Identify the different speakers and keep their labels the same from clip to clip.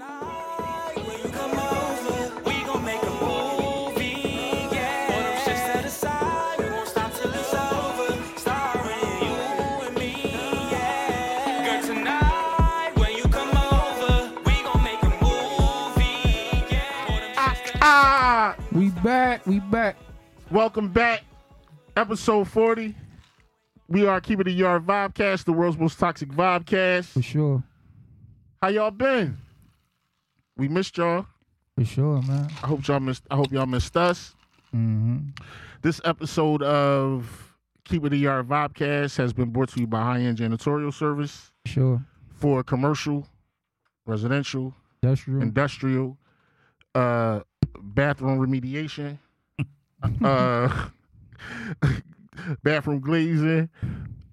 Speaker 1: Tonight, when you come over, we gon' make a movie, yeah. All them shit set aside, we won't stop till it's over. Starring you and me, yeah. Girl, tonight, when you come over, we gon' make a movie, yeah. All them shit set
Speaker 2: Ah, we back, we back.
Speaker 3: Welcome back, episode 40. We are Keeping the Yard Vibecast, the world's most toxic
Speaker 2: For
Speaker 3: vibecast.
Speaker 2: sure,
Speaker 3: How y'all been? We missed y'all.
Speaker 2: for sure, man.
Speaker 3: I hope y'all missed I hope y'all missed us.
Speaker 2: hmm
Speaker 3: This episode of Keeping the Yard Vibecast has been brought to you by High End Janitorial Service
Speaker 2: For sure.
Speaker 3: for commercial, residential,
Speaker 2: That's true.
Speaker 3: industrial, uh, bathroom remediation, uh, bathroom glazing,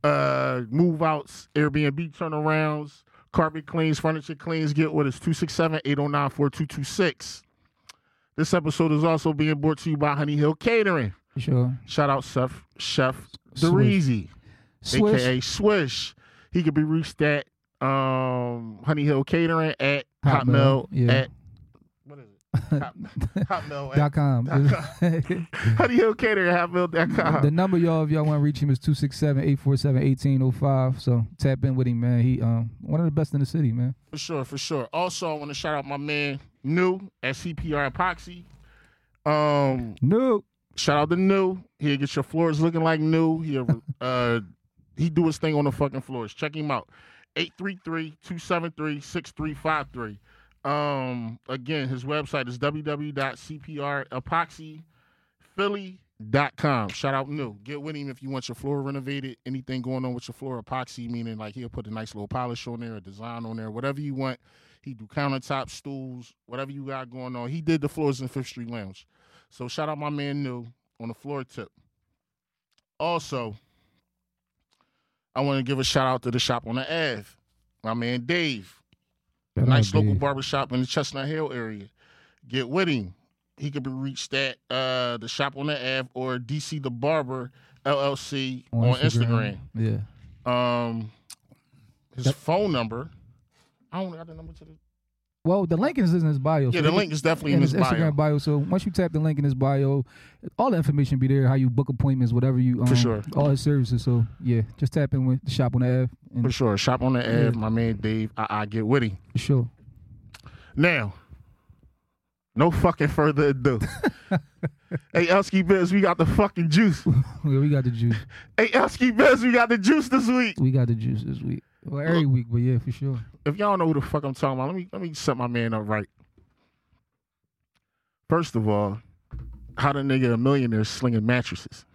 Speaker 3: uh, move outs, Airbnb turnarounds, carpet cleans, furniture cleans. Get with us 267 809 4226. This episode is also being brought to you by Honey Hill Catering.
Speaker 2: for sure.
Speaker 3: Shout out Chef Chef
Speaker 2: Swish.
Speaker 3: Dereezy
Speaker 2: Swish.
Speaker 3: aka Swish. He can be reached at um, Honey Hill Catering at Hotmail,
Speaker 2: Hotmail, yeah.
Speaker 3: at what is it? Hot, Hotmail at
Speaker 2: Dot com. the
Speaker 3: Honey Hill Catering at Hotmail.com.
Speaker 2: number y'all if y'all want to reach him is 267-847-1805. So tap in with him, man. He um one of the best in the city, man.
Speaker 3: For sure, for sure. Also, I want to shout out my man New at CPR Epoxy. Um,
Speaker 2: No.
Speaker 3: shout out to New. He'll get your floors looking like new. He'll uh, he do his thing on the fucking floors. Check him out. 833-273-6353. Um, again, his website is www.cprepoxyphilly.com. Shout out New. Get with him if you want your floor renovated. Anything going on with your floor epoxy, meaning like he'll put a nice little polish on there, a design on there, whatever you want. He do countertop stools, whatever you got going on. He did the floors in Fifth Street Lounge. So shout out my man New on the floor tip. Also, I want to give a shout out to the shop on the Ave, my man Dave.
Speaker 2: Shout
Speaker 3: Nice
Speaker 2: out,
Speaker 3: local
Speaker 2: Dave.
Speaker 3: barber shop in the Chestnut Hill area. Get with him. He can be reached at uh, the shop on the Ave or DC the Barber LLC on, Instagram.
Speaker 2: Yeah.
Speaker 3: Um, his
Speaker 2: Yep.
Speaker 3: phone number. I don't got the number to the.
Speaker 2: Well, the link is in his
Speaker 3: Yeah,
Speaker 2: bio. so
Speaker 3: the
Speaker 2: you
Speaker 3: link
Speaker 2: can-
Speaker 3: is definitely
Speaker 2: in
Speaker 3: in
Speaker 2: his
Speaker 3: his bio.
Speaker 2: Instagram bio. So once you tap the link in his bio, all the information be there. How you book appointments, whatever you um,
Speaker 3: For sure.
Speaker 2: All his services. So yeah, just tap in with the shop on the app. And
Speaker 3: For sure, shop on the
Speaker 2: Yeah.
Speaker 3: Ave. My man Dave. I, I get with him.
Speaker 2: for sure.
Speaker 3: Now, no fucking further ado. hey, Elsky Biz, we got the fucking juice.
Speaker 2: Yeah, we got the juice.
Speaker 3: Hey, Elsky Biz, we got the juice this week.
Speaker 2: We got the juice this week. Well, every
Speaker 3: Oh.
Speaker 2: week, but yeah, for sure.
Speaker 3: If y'all know who the fuck I'm talking about, let me let me set my man up right. First of all, how the nigga a millionaire slinging mattresses,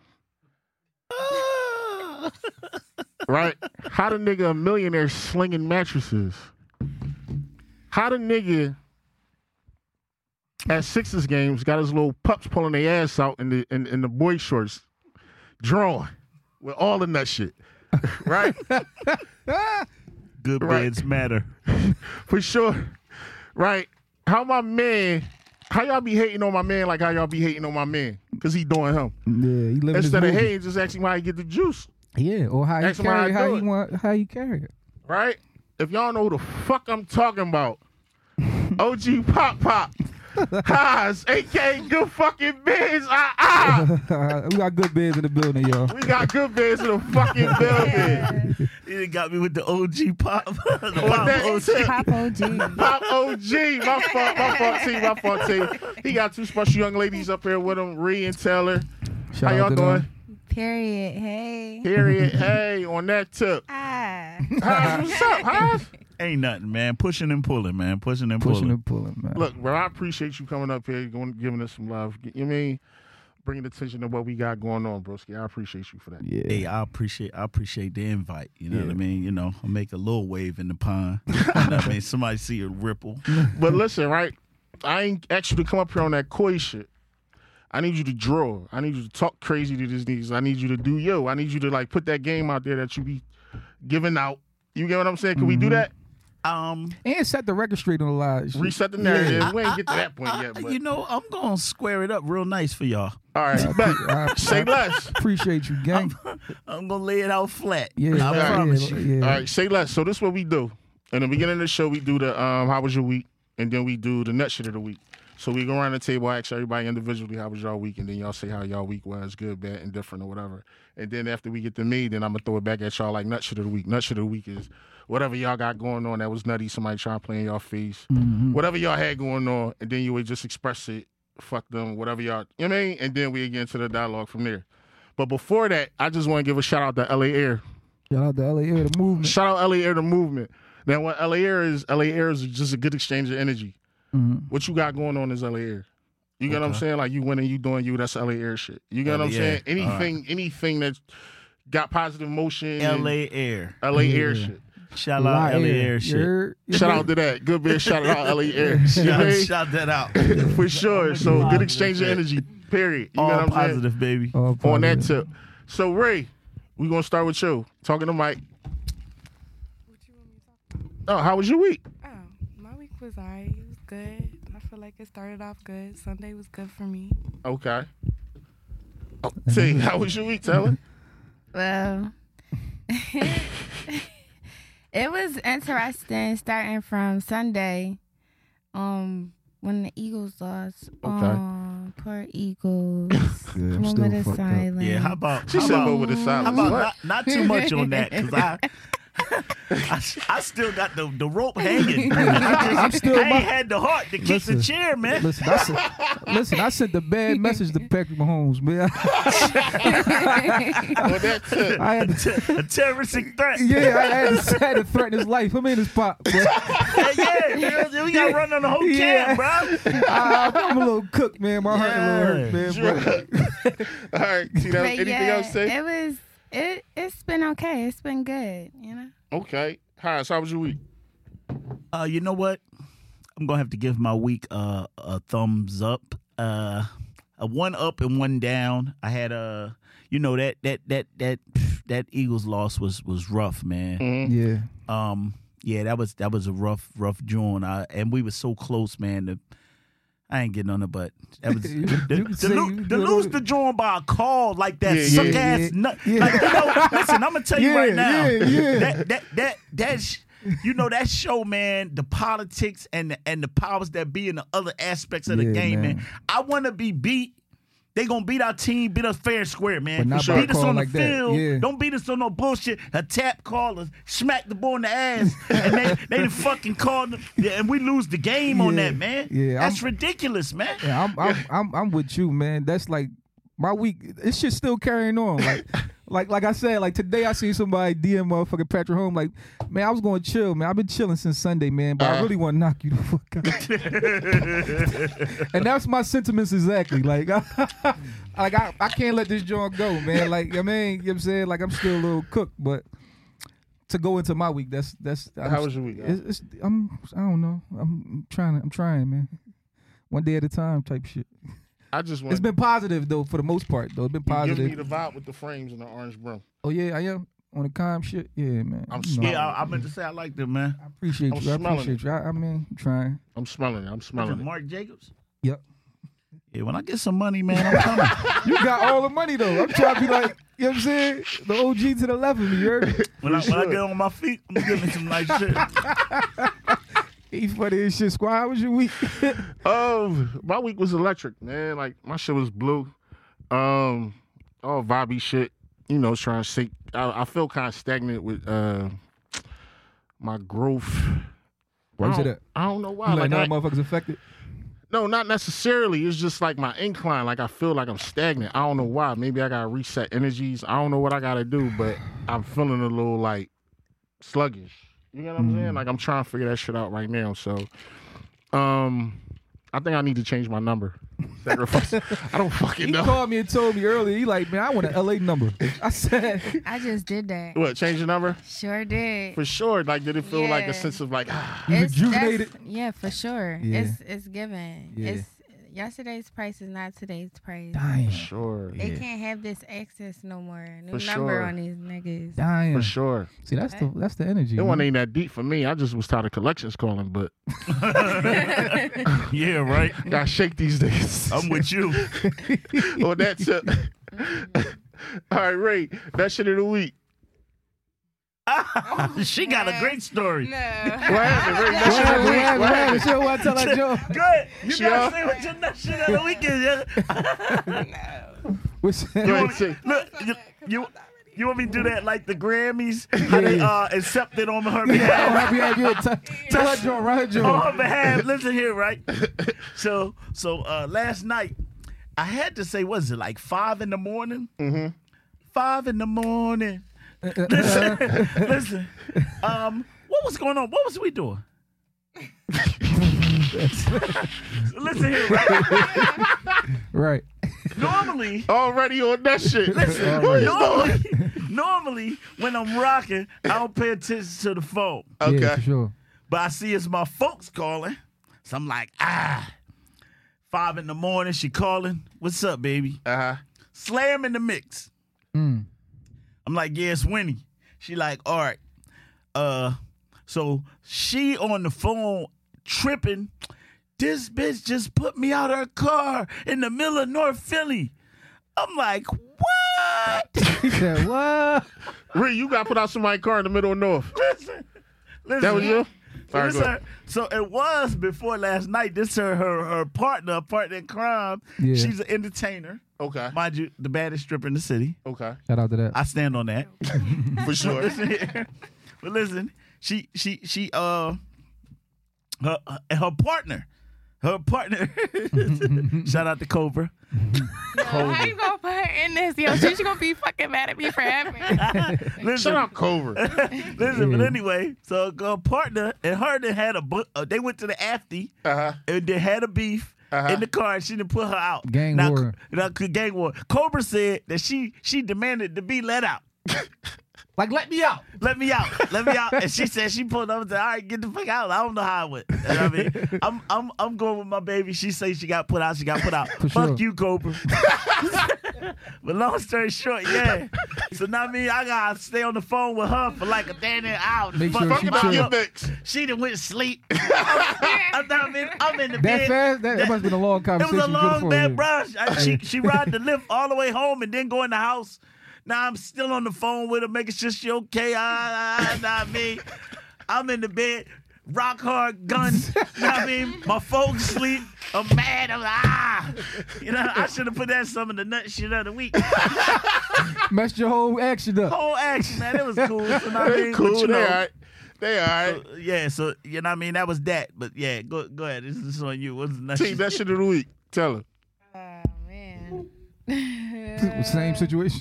Speaker 3: right? How the nigga a millionaire slinging mattresses? How the nigga at Sixers games got his little pups pulling their ass out in the in, in the boy shorts, drawing with all the nut shit, right?
Speaker 4: Good
Speaker 3: Right.
Speaker 4: beds matter.
Speaker 3: For sure. Right. How my man, how y'all be hating on my man like how y'all be hating on my man? Cause he doing him.
Speaker 2: Yeah, he living
Speaker 3: Instead of
Speaker 2: his movie.
Speaker 3: hating, just asking why he get the juice.
Speaker 2: Yeah, or how he
Speaker 3: Ask him how
Speaker 2: carry,
Speaker 3: I
Speaker 2: how
Speaker 3: do
Speaker 2: he
Speaker 3: it.
Speaker 2: want, how he carry it.
Speaker 3: Right? If y'all know who the fuck I'm talking about. OG Pop Pop. Haas, aka good fucking biz. Ah ah.
Speaker 2: Uh, we got good bids in the building, y'all.
Speaker 3: We got good biz in the fucking building.
Speaker 4: It got me with the OG pop. the pop
Speaker 3: that
Speaker 4: OG.
Speaker 3: tip. Pop
Speaker 5: Pop OG.
Speaker 3: OG, my fault, my fault team, my fault team. He got two special young ladies up here with him, Ree and Taylor.
Speaker 2: Shout
Speaker 3: how
Speaker 2: out
Speaker 3: y'all
Speaker 2: to
Speaker 3: doing?
Speaker 2: them.
Speaker 5: Period. Hey.
Speaker 3: Period. hey, on that tip.
Speaker 5: Ah.
Speaker 3: Haj, what's up, Haj?
Speaker 4: Ain't nothing, man. Pushing and pulling, man. Pushing and
Speaker 2: Pushing
Speaker 4: pulling.
Speaker 2: and pulling, man.
Speaker 3: Look, bro, I appreciate you coming up here, going, giving us some love. You know what I mean? Bringing attention to what we got going on, broski. I appreciate you for that.
Speaker 2: yeah.
Speaker 4: Hey, I appreciate I appreciate the invite. You know
Speaker 2: Yeah.
Speaker 4: what I mean? You know, I make a little wave in the pond. you know what I mean? Somebody see a ripple.
Speaker 3: But listen, right? I ain't asked you to come up here on that coy shit. I need you to draw. I need you to talk crazy to these niggas. I need you to do yo. I need you to like put that game out there that you be giving out. You get what I'm saying? Can we do
Speaker 4: Mm-hmm.
Speaker 3: that?
Speaker 4: Um
Speaker 2: and set the record straight on the live.
Speaker 3: Reset the narrative. We ain't get to that point
Speaker 4: I-
Speaker 3: yet. But,
Speaker 4: you know, I'm gonna square it up real nice for y'all.
Speaker 3: all right,
Speaker 2: I- I-
Speaker 3: bet. say less.
Speaker 2: Appreciate you, gang.
Speaker 4: I'm gonna lay it out flat.
Speaker 2: Yeah,
Speaker 4: I
Speaker 2: yeah,
Speaker 4: promise
Speaker 2: yeah,
Speaker 4: you.
Speaker 2: yeah.
Speaker 3: All right, say less. So this is what we do. In the beginning of the show, we do the um, how was your week? and then we do the next shit of the week. So we go around the table, I ask everybody individually, how was y'all week? And then y'all say how y'all week was, good, bad, indifferent, or whatever. And then after we get to me, then I'm gonna throw it back at y'all like nut shit of the week. Nut shit of the week is whatever y'all got going on that was nutty, somebody trying to play in y'all face, whatever y'all had going on, and then you would just express it, fuck them, whatever y'all, you know what I mean? And then we get into the dialogue from there. But before that, I just want to give a shout out to LA Air.
Speaker 2: Shout out to LA Air, the movement.
Speaker 3: Shout out LA Air the movement. Now, what LA Air is, LA Air is just a good exchange of energy.
Speaker 4: Mm-hmm.
Speaker 2: Mhm.
Speaker 3: What you got going on is LA Air. You get what I'm saying? Like you winning, you doing you. That's LA Air shit. You get what I'm
Speaker 4: LA
Speaker 3: saying?
Speaker 4: Air.
Speaker 3: Anything, anything that got positive motion, and
Speaker 4: L.A. Air.
Speaker 3: LA Air shit.
Speaker 4: Shout out L.A. Air shit.
Speaker 3: Shout out to that. Good man. Shout out LA Air. You know what I
Speaker 4: Shout,
Speaker 3: mean?
Speaker 4: shout that out.
Speaker 3: For sure. So good
Speaker 4: Positive
Speaker 3: exchange of
Speaker 4: shit.
Speaker 3: energy. Period. You know
Speaker 4: All
Speaker 3: what I'm saying?
Speaker 4: positive, baby.
Speaker 2: Oh,
Speaker 3: On that tip. So Ray, we gonna start with you. Talking to Mike. Oh, how was your week?
Speaker 6: Oh, my week was alright. It was good. I feel like it started off good. Sunday was good for me.
Speaker 3: Okay. Oh, T, how was your week, Taylor?
Speaker 5: Well, it was interesting starting from Sunday, um, when the Eagles lost.
Speaker 3: Okay.
Speaker 5: Aw, poor Eagles.
Speaker 2: Yeah, I'm
Speaker 5: Moment
Speaker 2: still
Speaker 5: of
Speaker 2: fucked up.
Speaker 5: silence.
Speaker 4: Yeah, how about
Speaker 3: She
Speaker 4: how
Speaker 3: said
Speaker 4: about,
Speaker 3: over the
Speaker 5: how
Speaker 3: silence.
Speaker 4: How about
Speaker 3: What?
Speaker 4: not, not too much on that? Because I, I, I still got the, the rope hanging. I
Speaker 2: I'm still
Speaker 4: ain't
Speaker 2: my,
Speaker 4: had the heart to kick
Speaker 2: Listen.
Speaker 4: the chair, man.
Speaker 2: listen. I sent, listen, I sent the bad message to Patrick Mahomes, man.
Speaker 3: On that tip.
Speaker 2: I had to,
Speaker 4: T- a terroristic threat.
Speaker 2: yeah, I had to, I had to threaten his life. I'm in his pop. bruh.
Speaker 4: yeah, yeah, man, we got to run on the whole
Speaker 2: Yeah.
Speaker 4: camp, bro.
Speaker 2: I, Ah, I'm a little cooked, man. My heart a
Speaker 4: Yeah.
Speaker 2: little hurt, man. bruh.
Speaker 3: All right, T, that,
Speaker 5: But
Speaker 3: anything
Speaker 5: yeah,
Speaker 3: else, Tay?
Speaker 5: It was it. It's been okay. It's been good. You know.
Speaker 3: Okay. Hi, so how was your week?
Speaker 4: Uh, you know what? I'm gonna have to give my week uh, a thumbs up. Uh, a one up and one down. I had a, you know that that that that that Eagles loss was was rough, man.
Speaker 3: Mm-hmm.
Speaker 2: Yeah,
Speaker 4: Um, yeah, that was that was a rough rough joint. I, and we were so close, man. The, I ain't getting on it, but that was
Speaker 2: You-
Speaker 4: the,
Speaker 2: you
Speaker 4: the,
Speaker 2: can say
Speaker 4: lo-
Speaker 2: you-
Speaker 4: the
Speaker 2: you
Speaker 4: lose
Speaker 2: know-
Speaker 4: the joint by a call like that
Speaker 3: Yeah,
Speaker 4: suck
Speaker 3: yeah,
Speaker 4: ass
Speaker 2: yeah,
Speaker 4: nut.
Speaker 2: yeah.
Speaker 4: Like you know, listen, I'm gonna tell you
Speaker 2: Yeah,
Speaker 4: right now.
Speaker 2: yeah, yeah.
Speaker 4: That that that that sh- you know that show, man. The politics and the, and the powers that be and the other aspects of the
Speaker 2: Yeah,
Speaker 4: game, man.
Speaker 2: man.
Speaker 4: I want to be beat. They gonna beat our team, beat us fair and square, man.
Speaker 2: But not by a
Speaker 4: beat us
Speaker 2: call
Speaker 4: on
Speaker 2: like
Speaker 4: the
Speaker 2: that,
Speaker 4: field.
Speaker 2: yeah.
Speaker 4: Don't beat us on no bullshit. A tap call us, smack the ball in the ass, and they they done fucking called them, yeah, and we lose the game on
Speaker 2: Yeah,
Speaker 4: that, man.
Speaker 2: yeah,
Speaker 4: that's
Speaker 2: I'm-
Speaker 4: ridiculous, man.
Speaker 2: yeah. I'm, I'm, I'm, I'm with you, man. That's like my week. This shit's still carrying on. Like, like, like I said, like today I seen somebody DM motherfucking Patrick Holmes. Like, man, I was going to chill, man. I've been chilling since Sunday, man. But I
Speaker 3: Uh.
Speaker 2: really want to knock you the fuck out. and that's my sentiments exactly. Like, I, like I, I can't let this joint go, man. Like, I mean, you know what I'm saying? Like, I'm still a little cooked, but. To go into my week, that's that's. I'm
Speaker 3: How was your week?
Speaker 2: It's, it's, I'm. I don't know. I'm trying. I'm trying, man. One day at a time, type shit.
Speaker 3: I just want
Speaker 2: It's
Speaker 3: to
Speaker 2: been positive though, for the most part though. It's been
Speaker 3: give me
Speaker 2: positive.
Speaker 3: the vibe with the frames and the orange brim.
Speaker 2: oh yeah, I am on the calm shit. Yeah, man.
Speaker 3: I'm
Speaker 2: You know,
Speaker 3: smiling.
Speaker 4: Yeah, I, I meant to say I like them, man.
Speaker 2: I appreciate
Speaker 3: I'm
Speaker 2: you. I
Speaker 3: smelling
Speaker 2: appreciate you. I, I mean, I'm trying.
Speaker 3: I'm smelling it. I'm smelling it.
Speaker 4: Mark Jacobs.
Speaker 2: Yep.
Speaker 4: Yeah, when I get some money, man, I'm coming.
Speaker 2: You got all the money though. I'm trying to be like, you know what I'm saying? The OG to the left of me. You heard?
Speaker 4: when I when I
Speaker 3: should.
Speaker 4: get on my feet, I'm gonna give me some nice shit.
Speaker 2: He funny as shit. Squad, how was your week?
Speaker 3: Oh, my week was electric, man. Like my shit was blue. Um, all vibey shit. You know, trying to shake. I, I feel kind of stagnant with uh my growth. I
Speaker 2: Where's it
Speaker 3: don't-
Speaker 2: at?
Speaker 3: I don't know why.
Speaker 2: You like,
Speaker 3: Like,
Speaker 2: none
Speaker 3: I,
Speaker 2: of motherfuckers affected.
Speaker 3: No, not necessarily. It's just like my incline. Like I feel like I'm stagnant. I don't know why. Maybe I gotta reset energies. I don't know what I gotta do, but I'm feeling a little like sluggish. You know what I'm
Speaker 2: Mm-hmm.
Speaker 3: saying? Like I'm trying to figure that shit out right now. So, um, I think I need to change my number. Sacrifice. I don't fucking
Speaker 2: He
Speaker 3: know.
Speaker 2: called me and told me earlier. He like, man, I want an LA number. I said,
Speaker 5: I just did that.
Speaker 3: What? Change the number
Speaker 5: Sure did.
Speaker 3: for sure. Like, did it feel like
Speaker 5: Yeah.
Speaker 3: a sense of like? ah,
Speaker 5: It's- that's-
Speaker 2: rejuvenated?
Speaker 5: Yeah, for sure.
Speaker 2: Yeah.
Speaker 5: It's it's given.
Speaker 2: Yeah.
Speaker 5: It's yesterday's price is not today's price.
Speaker 2: dying,
Speaker 3: sure.
Speaker 5: They can't have this access no more. New number
Speaker 3: For sure.
Speaker 5: on these niggas.
Speaker 2: dying.
Speaker 3: For sure.
Speaker 2: See, that's the that's the energy.
Speaker 3: It
Speaker 2: man.
Speaker 3: wasn't even that deep for me. I just was tired of collections calling, but
Speaker 4: yeah, right.
Speaker 2: Mm.
Speaker 3: gotta shake these days.
Speaker 2: Oh,
Speaker 4: I'm with you.
Speaker 3: on that tip. All right, Ray, that shit of the week.
Speaker 4: she got a great story.
Speaker 6: No.
Speaker 3: What happened? Rick?
Speaker 2: What
Speaker 3: That shit of
Speaker 2: happened?
Speaker 3: the week. What happened?
Speaker 2: What happened? What happened? Shit, what I tell that joke.
Speaker 4: Good. You
Speaker 3: She
Speaker 4: gotta
Speaker 3: up?
Speaker 4: say what your nut shit of the weekend. Yeah.
Speaker 2: What's-
Speaker 3: Go ahead, say.
Speaker 4: Look, you, you, you want me to do that like the Grammys? How they uh, accepted on her behalf?
Speaker 2: Happy, happy, happy. Tell her joke. Write her
Speaker 4: on
Speaker 2: joke.
Speaker 4: her behalf. Listen here, right? So, so uh, last night, I had to say, was it like five in the morning? Mm-hmm. Five in the morning. Listen, listen. Um, what was going on? What was we doing? listen here, right?
Speaker 2: Right.
Speaker 4: Normally,
Speaker 3: Already on that shit.
Speaker 4: Listen,
Speaker 3: Who is
Speaker 4: normally, normally when I'm rocking, I don't pay attention to the phone.
Speaker 3: Okay.
Speaker 2: Yeah, for sure.
Speaker 4: But I see it's my folks calling. So I'm like, ah. Five in the morning, she calling. What's up, baby?
Speaker 3: Uh-huh.
Speaker 4: Slam in the mix.
Speaker 2: Mm.
Speaker 4: I'm like, yeah, it's Winnie. She like, all right. Uh, so she on the phone tripping. This bitch just put me out her car in the middle of North Philly. I'm like, what?
Speaker 2: He said, "What?"
Speaker 3: Ree, you got put out somebody's car in the middle of North.
Speaker 4: listen, listen.
Speaker 3: That was you?
Speaker 4: So,
Speaker 3: All right,
Speaker 4: this
Speaker 3: go ahead.
Speaker 4: her- so it was before last night. This her her, her partner, partner in crime.
Speaker 2: Yeah.
Speaker 4: She's an entertainer,
Speaker 3: Okay.
Speaker 4: mind you, the baddest stripper in the city.
Speaker 3: Okay.
Speaker 2: Shout out to that.
Speaker 4: I stand on that.
Speaker 3: For sure.
Speaker 4: but listen, she she she uh her and her partner, her partner. Shout out to Cobra.
Speaker 6: How you gonna put her in this? Yo, she's gonna be fucking mad at me forever.
Speaker 4: Listen,
Speaker 3: Shut up, Cover.
Speaker 4: listen. But
Speaker 2: Yeah.
Speaker 4: anyway, so her partner and her they had a bu- uh, they went to the afty.
Speaker 3: Uh-huh.
Speaker 4: and they had a beef
Speaker 3: Uh-huh.
Speaker 4: in the car and she didn't put her out.
Speaker 2: Gang
Speaker 4: now,
Speaker 2: war.
Speaker 4: Now, c- gang war. Cobra said that she she demanded to be let out.
Speaker 2: like, let me out.
Speaker 4: Let me out. Let me out. And she said she pulled up and said, All right, get the fuck out. I don't know how I went. You know what I mean? I'm I'm I'm going with my baby. She say she got put out, she got put out.
Speaker 2: For
Speaker 4: fuck
Speaker 2: sure.
Speaker 4: you, Cobra. but long story short, yeah. So now me, I gotta stay on the phone with her for like a damn near hour. to
Speaker 2: Make
Speaker 4: fuck
Speaker 2: sure
Speaker 4: her
Speaker 2: she
Speaker 3: Fucking out
Speaker 4: mind
Speaker 2: chill.
Speaker 3: your
Speaker 4: up.
Speaker 3: mix.
Speaker 4: She done went to sleep. I'm, I'm, in, I'm in the
Speaker 2: That
Speaker 4: bed.
Speaker 2: fast? That, that must have been a long
Speaker 4: It
Speaker 2: conversation.
Speaker 4: was a
Speaker 2: you could've
Speaker 4: long
Speaker 2: fought
Speaker 4: bad
Speaker 2: with.
Speaker 4: brush. I- She she ride the lift all the way home and then go in the house. Now I'm still on the phone with her, making sure she okay. Ah, ah, not me. I'm in the bed, rock hard, gun. know what I mean, my folks sleep. I'm mad. I'm like, ah. You know, I should have put that some of the nut shit of the week.
Speaker 2: Messed your whole action up.
Speaker 4: Whole action, man. It was cool. So, know what I
Speaker 3: They
Speaker 4: mean,
Speaker 3: cool.
Speaker 4: But, you
Speaker 3: They
Speaker 4: know,
Speaker 3: all right. They all right.
Speaker 4: uh, Yeah, so you know what I mean. That was that. But yeah, go go ahead. This is on you. What's the nut
Speaker 3: T,
Speaker 4: shit?
Speaker 3: that shit of the week. Tell her.
Speaker 6: Oh man.
Speaker 2: Same situation.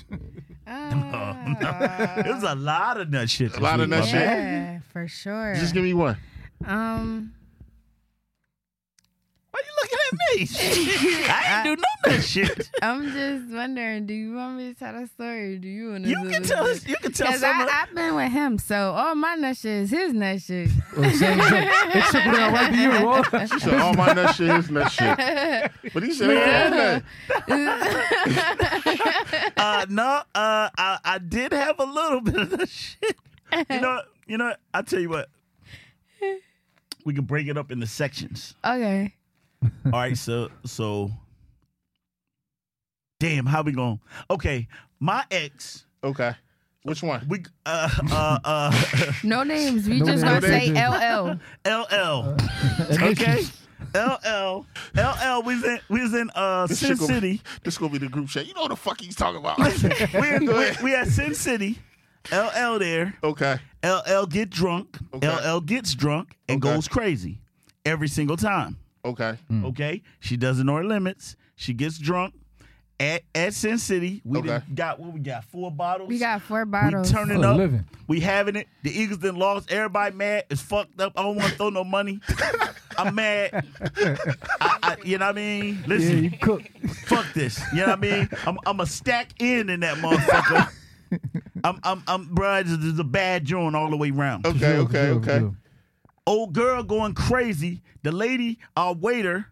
Speaker 5: Oh,
Speaker 6: Ah.
Speaker 4: It was a lot of nut shit.
Speaker 3: A lot of nut
Speaker 4: this week,
Speaker 3: shit.
Speaker 4: man.
Speaker 5: Yeah, for sure.
Speaker 3: Just give me one.
Speaker 5: um,
Speaker 4: Why you looking at me? I didn't do none of that shit.
Speaker 5: I'm just wondering, do you want me to tell a story? Or do you want to?
Speaker 4: You can tell us. You can tell
Speaker 5: Because
Speaker 4: someone.
Speaker 5: I've been with him, so all my nut shit is his nut shit.
Speaker 2: Well, same shit. It trickled down right to you, bro.
Speaker 3: She said, all my nut shit is nut shit. But he said, yeah. nut.
Speaker 4: uh, no, uh, I, I did have a little bit of that shit. You know, you know. I tell you what. We can break it up into sections.
Speaker 5: okay.
Speaker 4: All right, so so. Damn, how we going? Okay, my ex,
Speaker 3: Okay. Which one?
Speaker 4: we uh uh uh
Speaker 5: No names. We
Speaker 2: No
Speaker 5: just
Speaker 2: names.
Speaker 5: gonna say
Speaker 2: No
Speaker 5: LL.
Speaker 4: LL. Okay. LL. LL. We was in we was in uh
Speaker 3: This
Speaker 4: Sin
Speaker 3: shit gonna-
Speaker 4: City.
Speaker 3: This gonna be the group chat. You know what the fuck he's talking about.
Speaker 4: we, in,
Speaker 3: Go
Speaker 4: we,
Speaker 3: ahead.
Speaker 4: we at Sin City. LL there.
Speaker 3: okay.
Speaker 4: LL get drunk.
Speaker 3: Okay.
Speaker 4: LL gets drunk and
Speaker 3: Okay.
Speaker 4: goes crazy every single time.
Speaker 3: Okay.
Speaker 4: Mm-hmm.
Speaker 2: Hmm.
Speaker 4: Okay, she doesn't know her limits. She gets drunk at at Sin City. We
Speaker 3: Okay.
Speaker 4: done got what we got four bottles.
Speaker 5: We got four
Speaker 4: we
Speaker 5: bottles.
Speaker 4: turning
Speaker 2: Oh,
Speaker 4: up.
Speaker 2: living.
Speaker 4: We having it. The Eagles then lost. Everybody mad. It's fucked up. I don't want to throw no money. I'm mad. I, I, you know what I mean?
Speaker 2: Yeah,
Speaker 4: Listen,
Speaker 2: you cooked.
Speaker 4: fuck this. You know what I mean? I'm I'm a stack in in that motherfucker. I'm I'm I'm bruh, this is a bad joint all the way round.
Speaker 3: Okay.
Speaker 2: Sure,
Speaker 3: Okay.
Speaker 2: sure,
Speaker 3: Okay.
Speaker 2: sure.
Speaker 4: Old girl going crazy. The lady, our waiter,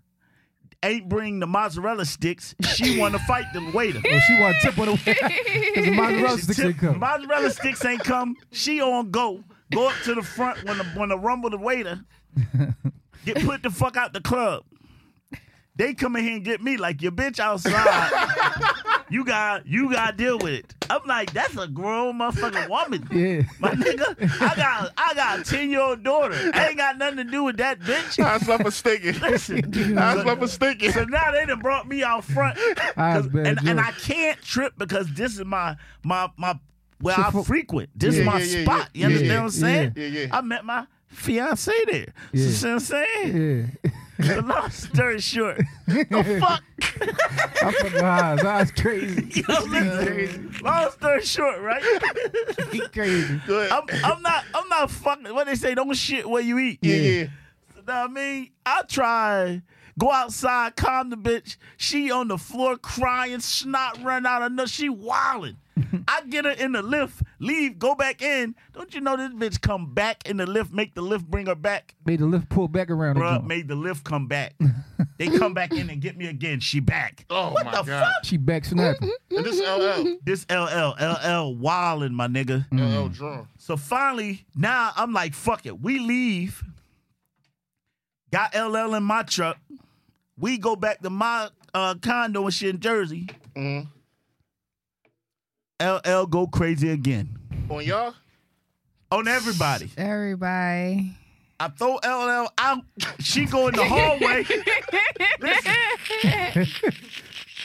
Speaker 4: ain't bring the mozzarella sticks. She want to fight the waiter.
Speaker 2: Well, she want to tip on the Because the mozzarella sticks
Speaker 4: Tip-
Speaker 2: ain't come.
Speaker 4: Mozzarella sticks ain't come. She on go. Go up to the front when the when the rumble the waiter. Get put the fuck out the club. They come in here and get me like your bitch outside. You got you got to deal with it. I'm like, that's a grown motherfucking woman.
Speaker 2: Yeah.
Speaker 4: My nigga, I got I got a ten year old daughter. I ain't got nothing to do with that bitch.
Speaker 3: I was left for stinking.
Speaker 4: Listen,
Speaker 3: I was
Speaker 4: so-
Speaker 3: left for stinking.
Speaker 4: So now they done brought me out front, 'Cause-
Speaker 2: Eyes bad
Speaker 4: and,
Speaker 2: joke.
Speaker 4: and I can't trip because this is my my my where
Speaker 2: So
Speaker 4: I
Speaker 2: for-
Speaker 4: frequent. This
Speaker 3: Yeah,
Speaker 4: is my
Speaker 3: yeah, yeah,
Speaker 4: spot.
Speaker 3: yeah,
Speaker 4: you
Speaker 3: yeah,
Speaker 4: understand
Speaker 2: yeah,
Speaker 4: what I'm saying?
Speaker 3: yeah. Yeah, yeah.
Speaker 4: I met my fiance there.
Speaker 2: Yeah.
Speaker 4: You see what I'm saying?
Speaker 2: Yeah.
Speaker 4: But long story short,
Speaker 2: I'm
Speaker 4: fuck.
Speaker 2: fucking high. His eyes crazy.
Speaker 4: You know, listen, long story short, right?
Speaker 2: He crazy.
Speaker 3: Good.
Speaker 4: I'm, I'm not I'm not fucking what they say, don't shit where you eat.
Speaker 3: yeah,
Speaker 2: Yeah.
Speaker 3: yeah.
Speaker 4: Know what I mean, I try go outside, calm the bitch. She on the floor crying, snot run out of nut. She wildin'. I get her in the lift, leave, go back in. Don't you know this bitch come back in the lift, make the lift bring her back?
Speaker 2: Made the lift pull back around
Speaker 4: Bruh,
Speaker 2: again.
Speaker 4: made the lift come back. they come back in and get me again. She back.
Speaker 3: Oh
Speaker 4: what
Speaker 3: my
Speaker 4: the
Speaker 3: God.
Speaker 4: fuck?
Speaker 2: She back snapping.
Speaker 4: Mm-hmm.
Speaker 3: And this LL,
Speaker 4: This LL, LL wildin', my nigga.
Speaker 3: LL drum.
Speaker 4: So finally, now I'm like, fuck it. We leave. Got LL in my truck. We go back to my uh, condo and shit in Jersey.
Speaker 3: Mhm.
Speaker 2: Mm-hmm.
Speaker 4: LL go crazy again
Speaker 3: On y'all,
Speaker 4: on everybody.
Speaker 5: Everybody.
Speaker 4: I throw LL out. She go in the hallway.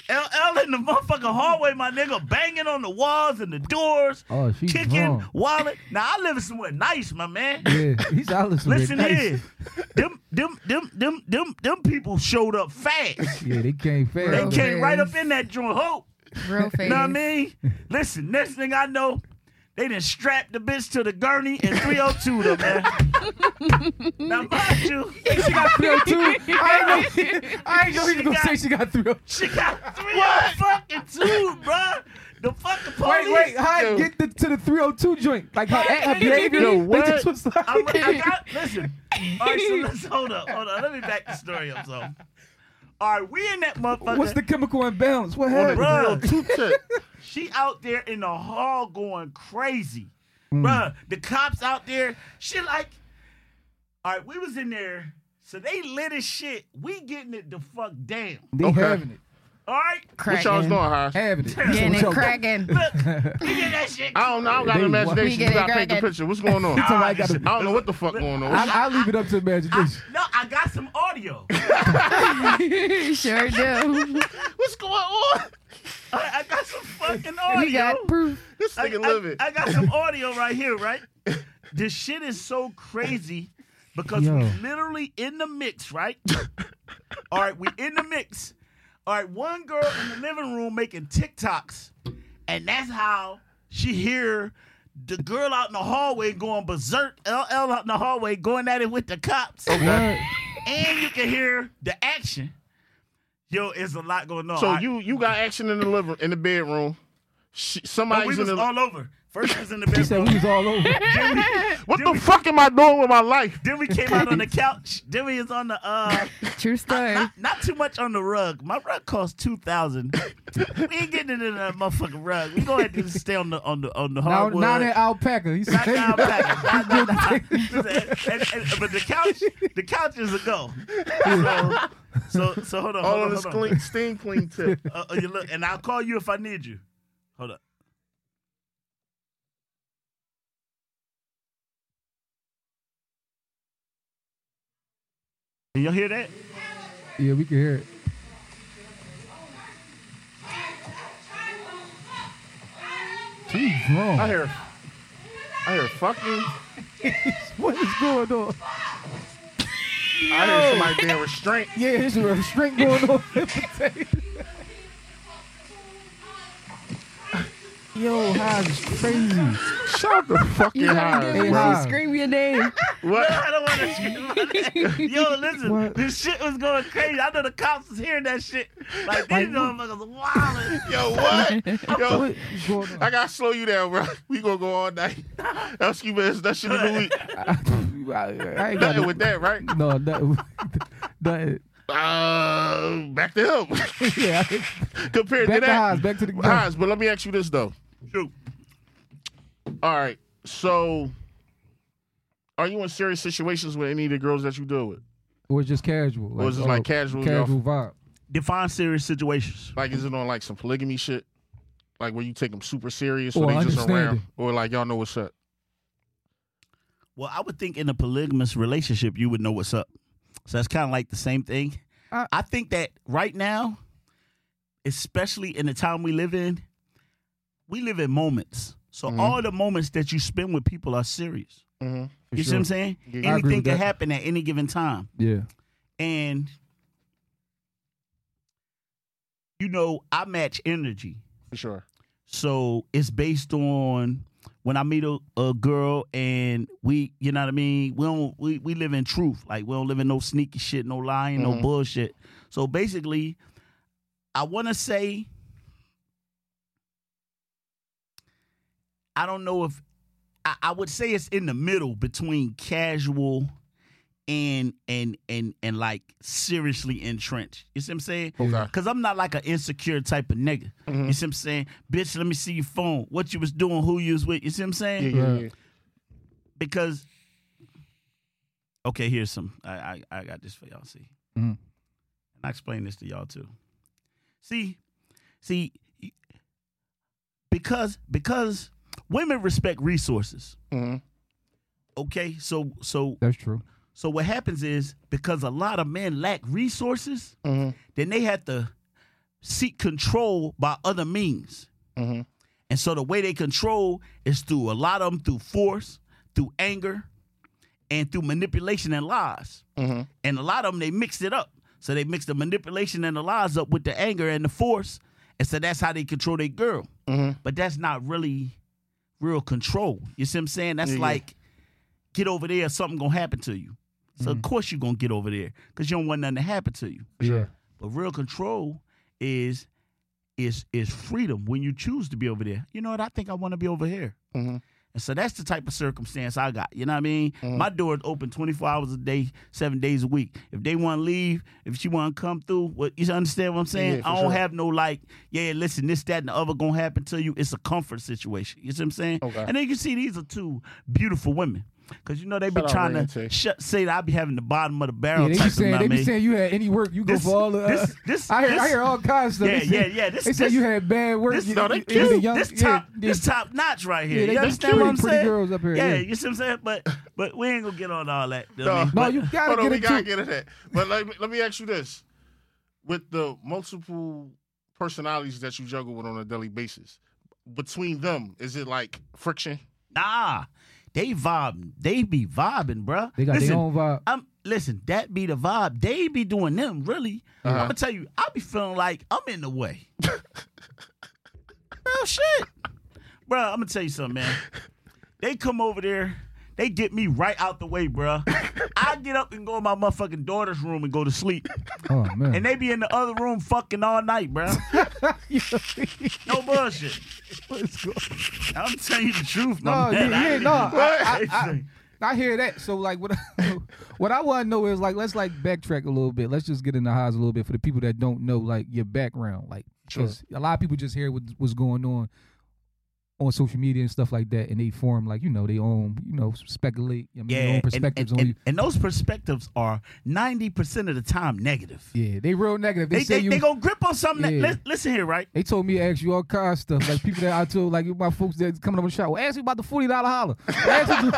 Speaker 4: LL in the motherfucking hallway, my nigga, banging on the walls and the doors,
Speaker 2: Oh, she
Speaker 4: kicking,
Speaker 2: drunk.
Speaker 4: wallet. Now I live somewhere nice, my man.
Speaker 2: Yeah. He's out listening.
Speaker 4: Listen here, them them them them them them people showed up fast.
Speaker 2: Yeah, they came fast.
Speaker 4: They
Speaker 5: Okay.
Speaker 4: came right up in that joint. Hope,
Speaker 5: Real fast.
Speaker 4: know what I mean? Listen, next thing I know, they done strapped the bitch to the gurney and 302 them, man. now mind you,
Speaker 2: She got 302. I ain't know, I ain't know he was
Speaker 4: She
Speaker 2: going to
Speaker 4: got-
Speaker 2: say she got 302.
Speaker 4: she got 302, bruh. The fucking police.
Speaker 2: Wait, wait, how
Speaker 3: Yo.
Speaker 2: I get the, to the 302 joint? Like how her behavior,
Speaker 3: Yo, what?
Speaker 2: they just was like,
Speaker 4: I'm, I got, listen. All right, so let's hold up, hold up. Let me back the story up, so. All right, we in that motherfucker.
Speaker 2: what's the chemical imbalance? What
Speaker 3: on the
Speaker 2: happened?
Speaker 4: Bruh.
Speaker 3: grill, two check.
Speaker 4: She out there in the hall going crazy. Bruh, the cops out there, she like, all right, we was in there, so they lit as shit. We getting it the fuck down.
Speaker 2: They
Speaker 3: Okay.
Speaker 2: having it,
Speaker 4: All right?
Speaker 3: What y'all was
Speaker 5: Cracking.
Speaker 3: doing, Horace?
Speaker 2: having it.
Speaker 5: Getting
Speaker 2: That's
Speaker 5: it
Speaker 2: what y'all-
Speaker 5: cracking.
Speaker 4: Look, we getting that shit.
Speaker 3: I don't know. I don't got
Speaker 2: They
Speaker 3: an
Speaker 2: wa-
Speaker 3: imagination.
Speaker 5: We
Speaker 3: You
Speaker 5: get
Speaker 3: gotta
Speaker 5: it,
Speaker 3: paint the
Speaker 5: Greg.
Speaker 3: picture. What's going on?
Speaker 2: Nah.
Speaker 3: I
Speaker 2: somebody gotta-
Speaker 4: listen,
Speaker 3: don't know what the fuck going on.
Speaker 2: I, I leave it up to imagination.
Speaker 4: No, I got some audio.
Speaker 5: sure do.
Speaker 3: What's going on?
Speaker 4: I, I got some fucking audio.
Speaker 5: We got proof.
Speaker 3: This
Speaker 4: I,
Speaker 3: nigga
Speaker 4: I-
Speaker 3: live it.
Speaker 4: I got some audio right here, right? This shit is so crazy because
Speaker 2: Yo.
Speaker 4: we literally in the mix, right? All right, we in the mix. All right, one girl in the living room making TikToks, and that's how she hear the girl out in the hallway going berserk. LL out in the hallway going at it with the cops, and you can hear the action. Yo, it's a lot going on.
Speaker 3: So
Speaker 4: I-
Speaker 3: you you got action in the living in the bedroom. She,
Speaker 4: but we
Speaker 3: somebody's in
Speaker 4: was
Speaker 3: the.
Speaker 4: all over. First was in the
Speaker 2: He
Speaker 4: bedroom.
Speaker 2: said we was all over.
Speaker 3: what the fuck am I doing with my life?
Speaker 4: Then we came out on the couch. Then we is on the uh,
Speaker 5: True story.
Speaker 4: not, not too much on the rug. My rug cost two thousand. we ain't getting into that motherfucking rug. We gonna have to just stay on the on the on the
Speaker 2: Now,
Speaker 4: hardwood.
Speaker 2: now that alpaca. He said,
Speaker 4: Oh, Not the alpaca. Not- not- not- and- and- but the couch, the couch is a go. So, so, so hold on.
Speaker 3: All
Speaker 4: hold
Speaker 3: on
Speaker 4: on,
Speaker 3: this
Speaker 4: hold on.
Speaker 3: clean, steam clean tip.
Speaker 4: Uh, uh, you look, and I'll call you if I need you. Hold up. Y'all hear that?
Speaker 2: yeah, we can hear it. She's
Speaker 3: I
Speaker 2: drunk.
Speaker 3: hear, I hear fucking.
Speaker 2: What is going on?
Speaker 3: I hear somebody being restrained.
Speaker 2: Yeah, there's a restraint going on. Yo, Hodge is crazy.
Speaker 3: Shut the fucking high,
Speaker 2: it
Speaker 3: bro.
Speaker 2: up.
Speaker 5: scream your name.
Speaker 3: What?
Speaker 4: I don't want to scream. my name. Yo, listen,
Speaker 2: What?
Speaker 4: this shit was going crazy. I know the cops was hearing that shit. Like these motherfuckers wilding.
Speaker 3: Yo, what? Yo,
Speaker 2: What is going on?
Speaker 3: I gotta slow you down, bro. We gonna go all night. That's you, man. That shit of the week.
Speaker 2: I ain't got
Speaker 3: Nothing
Speaker 2: no-
Speaker 3: with that, right?
Speaker 2: No, nothing. nothing.
Speaker 3: Uh, back to him.
Speaker 2: Yeah, I think-
Speaker 3: Compared
Speaker 2: back
Speaker 3: to
Speaker 2: to
Speaker 3: that,
Speaker 2: Hodge, back to the gun.
Speaker 3: Highs, but let me ask you this though.
Speaker 4: Shoot.
Speaker 3: All right. So, are you in serious situations with any of the girls that you deal with?
Speaker 2: Or it's just casual.
Speaker 3: Or it's just
Speaker 2: uh,
Speaker 3: like casual,
Speaker 2: Casual vibe.
Speaker 4: Define serious situations.
Speaker 3: Like, is it on like some polygamy shit? Like where you take them super serious, so
Speaker 2: Or
Speaker 3: they just around,
Speaker 2: understanding.
Speaker 3: or like y'all know what's up.
Speaker 4: Well, I would think in a polygamous relationship, you would know what's up. So that's kind of like the same thing.
Speaker 5: Uh,
Speaker 4: I think that right now, especially in the time we live in, we live in moments. So
Speaker 2: Mm-hmm.
Speaker 3: Mhm.
Speaker 4: all the moments that you spend with people are serious.
Speaker 3: Mm-hmm.
Speaker 2: For
Speaker 4: you see
Speaker 2: sure.
Speaker 4: what I'm saying?
Speaker 3: Yeah. I agree
Speaker 4: Anything
Speaker 2: with
Speaker 4: can
Speaker 2: that.
Speaker 4: happen at any given time.
Speaker 2: Yeah.
Speaker 4: And, you know, I match energy.
Speaker 3: For sure.
Speaker 4: So it's based on when I meet a, a girl and we, you know what I mean. We don't we, we live in truth. Like we don't live in no sneaky shit, no lying, no
Speaker 3: Mhm.
Speaker 4: bullshit. So basically, I want to say I don't know if I, I would say it's in the middle between casual and and and and like seriously entrenched. You see what I'm saying?
Speaker 3: Okay.
Speaker 4: Cause I'm not like an insecure type of nigga. You see what I'm saying? Bitch, let me see your phone. What you was doing, who you was with. You see what I'm saying?
Speaker 3: Yeah, yeah, yeah.
Speaker 4: Because Okay, here's some. I, I I got this for y'all. See.
Speaker 2: Mhm.
Speaker 4: And I explain this to y'all too. See, see, y- because because women respect resources.
Speaker 3: Mhm.
Speaker 4: Okay, so so
Speaker 2: That's true.
Speaker 4: so what happens is because a lot of men lack resources,
Speaker 3: Mhm.
Speaker 4: then they have to seek control by other means.
Speaker 3: Mhm.
Speaker 4: And so the way they control is through a lot of them through force, through anger, and through manipulation and lies.
Speaker 3: Mhm.
Speaker 4: And a lot of them they mixed it up. So they mix the manipulation and the lies up with the anger and the force. And so that's how they control their girl.
Speaker 3: Mhm.
Speaker 4: But that's not really real control. You see what I'm saying? That's
Speaker 3: Yeah, yeah.
Speaker 4: like get over there, something gonna happen to you.
Speaker 3: Mm-hmm.
Speaker 4: So of course you're gonna get over there because you don't want nothing to happen to you.
Speaker 2: Sure.
Speaker 4: But real control is is is freedom when you choose to be over there. You know what? I think I want to be over here.
Speaker 3: Mhm.
Speaker 4: And so that's the type of circumstance I got. You know what I mean?
Speaker 2: Mm.
Speaker 4: My door is open 24 hours a day, seven days a week. If they want to leave, if she want to come through, what you understand what I'm saying?
Speaker 3: Yeah, for
Speaker 4: I
Speaker 3: sure.
Speaker 4: don't have no like, yeah, listen, this, that, and the other gonna happen to you. It's a comfort situation. You see what I'm saying?
Speaker 3: Okay.
Speaker 4: And then you see these are two beautiful women. Cause you know they be
Speaker 3: Shout out
Speaker 4: trying
Speaker 3: Ray
Speaker 4: to
Speaker 3: and Tay.
Speaker 4: shut, say that I be having the bottom of the
Speaker 2: Yeah,
Speaker 4: barrel.
Speaker 2: they be
Speaker 4: type of
Speaker 2: saying they
Speaker 4: man.
Speaker 2: be saying you had any work, you
Speaker 4: This-
Speaker 2: go for all the. Uh,
Speaker 4: this- this-
Speaker 2: I hear I
Speaker 4: this-
Speaker 2: hear all kinds of stuff.
Speaker 4: Yeah,
Speaker 2: They say-
Speaker 4: yeah, yeah. This-
Speaker 2: they say
Speaker 4: this-
Speaker 2: you had bad work.
Speaker 4: This,
Speaker 2: you,
Speaker 4: no,
Speaker 2: you-
Speaker 4: they
Speaker 2: you was a
Speaker 4: cute.
Speaker 2: young-
Speaker 4: this
Speaker 2: yeah,
Speaker 4: top,
Speaker 2: yeah.
Speaker 4: this top notch right here.
Speaker 2: Yeah, they-
Speaker 4: you
Speaker 2: they
Speaker 4: understand what
Speaker 2: cute.
Speaker 4: I'm
Speaker 2: Pretty
Speaker 4: saying?
Speaker 2: girls up here,
Speaker 4: Yeah,
Speaker 2: yeah.
Speaker 4: you see what I'm saying? But but we ain't gonna get on all that. you know what I
Speaker 3: No.
Speaker 4: mean?
Speaker 2: No,
Speaker 4: But-
Speaker 2: you gotta
Speaker 3: Hold on,
Speaker 2: get
Speaker 3: we
Speaker 2: into
Speaker 3: gotta
Speaker 2: it.
Speaker 3: get into that. But let me, let me ask you this: with the multiple personalities that you juggle with on a daily basis, between them, is it like friction?
Speaker 4: Nah, they vibing. They be vibing, bruh.
Speaker 2: They got
Speaker 4: listen,
Speaker 2: their own vibe.
Speaker 4: I'm listen. That be the vibe. They be doing them really.
Speaker 2: Uh-huh.
Speaker 4: I'm gonna tell you. I be feeling like I'm in the way. Real shit, bruh. I'm gonna tell you something, man. They come over there. They get me right out the way, bruh. I get up and go in my motherfucking daughter's room and go to sleep.
Speaker 2: Oh man.
Speaker 4: And they be in the other room fucking all night, bruh. no bullshit. I'm telling you the truth,
Speaker 2: No,
Speaker 4: my man.
Speaker 2: yeah,
Speaker 4: I
Speaker 2: yeah,
Speaker 4: ain't
Speaker 2: no,
Speaker 4: even-
Speaker 2: I- I- I- I hear that. So like what what I want to know is like let's like backtrack a little bit. Let's just get in the highs a little bit for the people that don't know like your background. Like
Speaker 3: Sure.
Speaker 2: 'cause a lot of people just hear what, what's going on on social media and stuff like that, and they form like you know they own you know speculate I mean, their own
Speaker 4: and-
Speaker 2: perspectives
Speaker 4: and,
Speaker 2: on
Speaker 4: and, and those perspectives are 90% of the time negative.
Speaker 2: you. Yeah, they real negative. They,
Speaker 4: They,
Speaker 2: say
Speaker 4: they,
Speaker 2: you.
Speaker 4: they gonna grip on something.
Speaker 2: Yeah.
Speaker 4: That, li- listen here, right?
Speaker 2: they told me to ask you all kinds of stuff. Like people that I told, like my folks that's coming up on the shop, well, ask me about the forty dollar holler. ask you,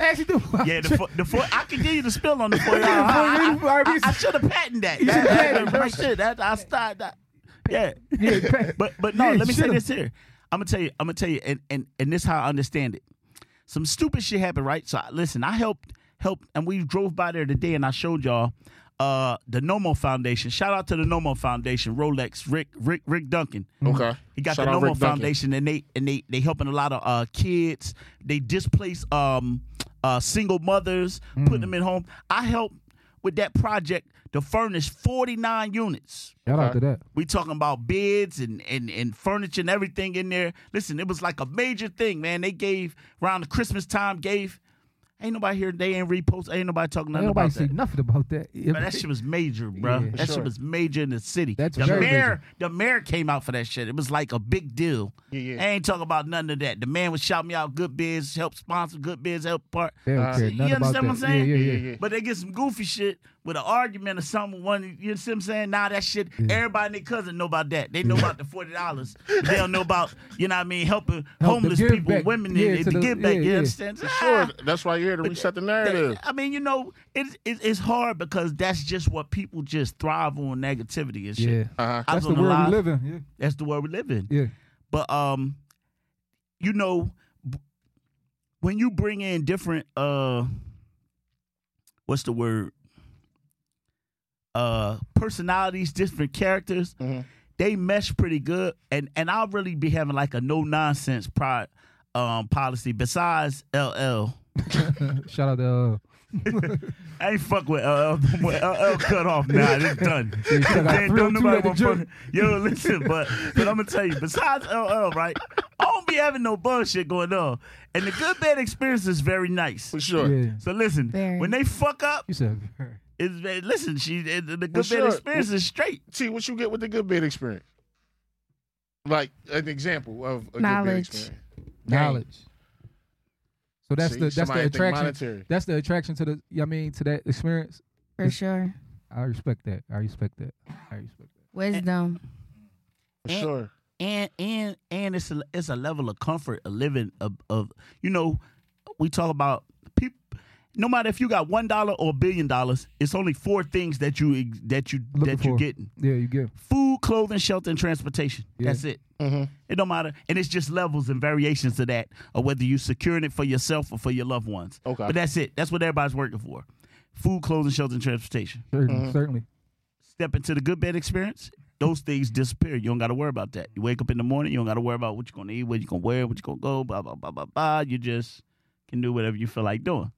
Speaker 2: ask you do.
Speaker 4: Yeah, the, fo- the fo- I can give you the spill on the foil. I,
Speaker 2: Yeah, RBC.
Speaker 4: should have patented that.
Speaker 2: You
Speaker 4: that,
Speaker 2: shoulda
Speaker 4: that,
Speaker 2: patented it, bro.
Speaker 4: that shit, that- I started that. Yeah.
Speaker 2: yeah, pa-
Speaker 4: But but no,
Speaker 2: Yeah,
Speaker 4: let me say
Speaker 2: should've.
Speaker 4: this here. I'm gonna tell you. I'm gonna tell you, and and and this how I understand it. Some stupid shit happened, right? So I, listen, I helped helped, and we drove by there today, and I showed y'all uh the Nomo Foundation. Shout out to the Nomo Foundation, Rolex, Rick Rick Rick Duncan.
Speaker 3: Okay,
Speaker 4: Mm-hmm. He got
Speaker 3: Shout
Speaker 4: the
Speaker 3: out
Speaker 4: Nomo
Speaker 3: Rick Duncan.
Speaker 4: Foundation, and they and they they helping a lot of uh, kids. They displace um, uh, single mothers, putting them in home. I helped with that project to furnish 49 units.
Speaker 2: shout out to that.
Speaker 4: We talking about beds and, and, and furniture and everything in there. Listen, it was like a major thing, man. They gave around the Christmas time, gave ain't nobody here, they ain't repost, ain't nobody talking nothing
Speaker 2: Ain't nobody
Speaker 4: about
Speaker 2: say
Speaker 4: that.
Speaker 2: nothing about that.
Speaker 4: But that shit was major, bro.
Speaker 2: Yeah. For
Speaker 4: that
Speaker 3: sure.
Speaker 4: shit was major in the city.
Speaker 2: That's
Speaker 4: the
Speaker 2: very
Speaker 4: mayor,
Speaker 2: major.
Speaker 4: the mayor came out for that shit. It was like a big deal.
Speaker 3: Yeah, yeah.
Speaker 4: I ain't talking about none of that. The man was shouting me out, good biz, help sponsor, good biz, help part.
Speaker 2: They don't
Speaker 3: Uh,
Speaker 2: care
Speaker 4: you
Speaker 2: nothing about
Speaker 4: understand what I'm
Speaker 2: that.
Speaker 4: saying?
Speaker 2: Yeah, yeah, yeah.
Speaker 3: yeah, yeah.
Speaker 4: But they get some goofy shit with an argument or something, one you see what I'm saying? Now that shit,
Speaker 2: Mm.
Speaker 4: everybody and their cousin know about that. They know about the forty dollars. they don't know about, you know what I mean, helping
Speaker 2: Help the
Speaker 4: homeless
Speaker 2: give
Speaker 4: people,
Speaker 2: back.
Speaker 4: women
Speaker 2: Yeah, to
Speaker 4: and, and the
Speaker 2: the-
Speaker 4: give back,
Speaker 2: yeah,
Speaker 4: you
Speaker 2: yeah.
Speaker 4: understand? So
Speaker 3: Sure, that's why you're here to reset the narrative.
Speaker 4: I mean, you know, it's it's it's hard because that's just what people just thrive on negativity and shit.
Speaker 2: Yeah.
Speaker 3: Uh-huh.
Speaker 4: I was
Speaker 2: That's the
Speaker 4: on a
Speaker 2: world
Speaker 4: live-
Speaker 2: we live in.
Speaker 4: That's the world we live in.
Speaker 2: Yeah. Yeah.
Speaker 4: But um, you know, b- when you bring in different uh, what's the word? Uh, personalities, different characters,
Speaker 3: Mhm.
Speaker 4: they mesh pretty good. And and I'll really be having like a no nonsense pride um policy. Besides LL,
Speaker 2: Shout out to uh,
Speaker 4: I ain't fuck with LL. no more. LL cut off now. It's done.
Speaker 2: yeah, shout out
Speaker 4: Then
Speaker 2: 302
Speaker 4: don't nobody
Speaker 2: at the
Speaker 4: want fuck.
Speaker 2: gym.
Speaker 4: Yo, listen, but but I'm gonna tell you. Besides LL, right? I don't be having no bullshit going on, and the good bad experience is very nice.
Speaker 3: For sure.
Speaker 2: Yeah.
Speaker 4: So listen,
Speaker 5: Very.
Speaker 4: when they fuck up,
Speaker 2: You said
Speaker 4: it's eh, listen. She eh, the
Speaker 3: For
Speaker 4: the good
Speaker 3: sure.
Speaker 4: bad experience is straight.
Speaker 3: See what you get with the good bad experience. Like an example of a good bad
Speaker 5: Knowledge.
Speaker 3: experience.
Speaker 2: knowledge. So that's
Speaker 3: See,
Speaker 2: the that's
Speaker 3: somebody
Speaker 2: the
Speaker 3: think
Speaker 2: attraction.
Speaker 3: monetary.
Speaker 2: That's the attraction to the. You know what I mean to that experience.
Speaker 5: for sure.
Speaker 2: I respect that. I respect that. I respect that.
Speaker 5: Wisdom.
Speaker 3: For sure.
Speaker 4: and and and it's a, it's a level of comfort of living of, of you know we talk about people no matter if you got one dollar or a billion dollars it's only four things that you ex- that you
Speaker 2: Looking
Speaker 4: that you
Speaker 2: for.
Speaker 4: getting
Speaker 2: Yeah, you give.
Speaker 4: food clothing shelter and transportation
Speaker 2: Yeah.
Speaker 4: that's it
Speaker 3: Mm-hmm.
Speaker 4: it don't matter and it's just levels and variations of that or whether you securing it for yourself or for your loved ones
Speaker 3: Okay.
Speaker 4: but that's it that's what everybody's working for food clothing shelter and transportation
Speaker 2: Certainly, certainly.
Speaker 4: step into the good bed experience, those things disappear. You don't got to worry about that. You wake up in the morning, you don't got to worry about what you're going to eat, what you're going to wear, what you're going to go, blah, blah, blah, blah, blah. You just can do whatever you feel like doing.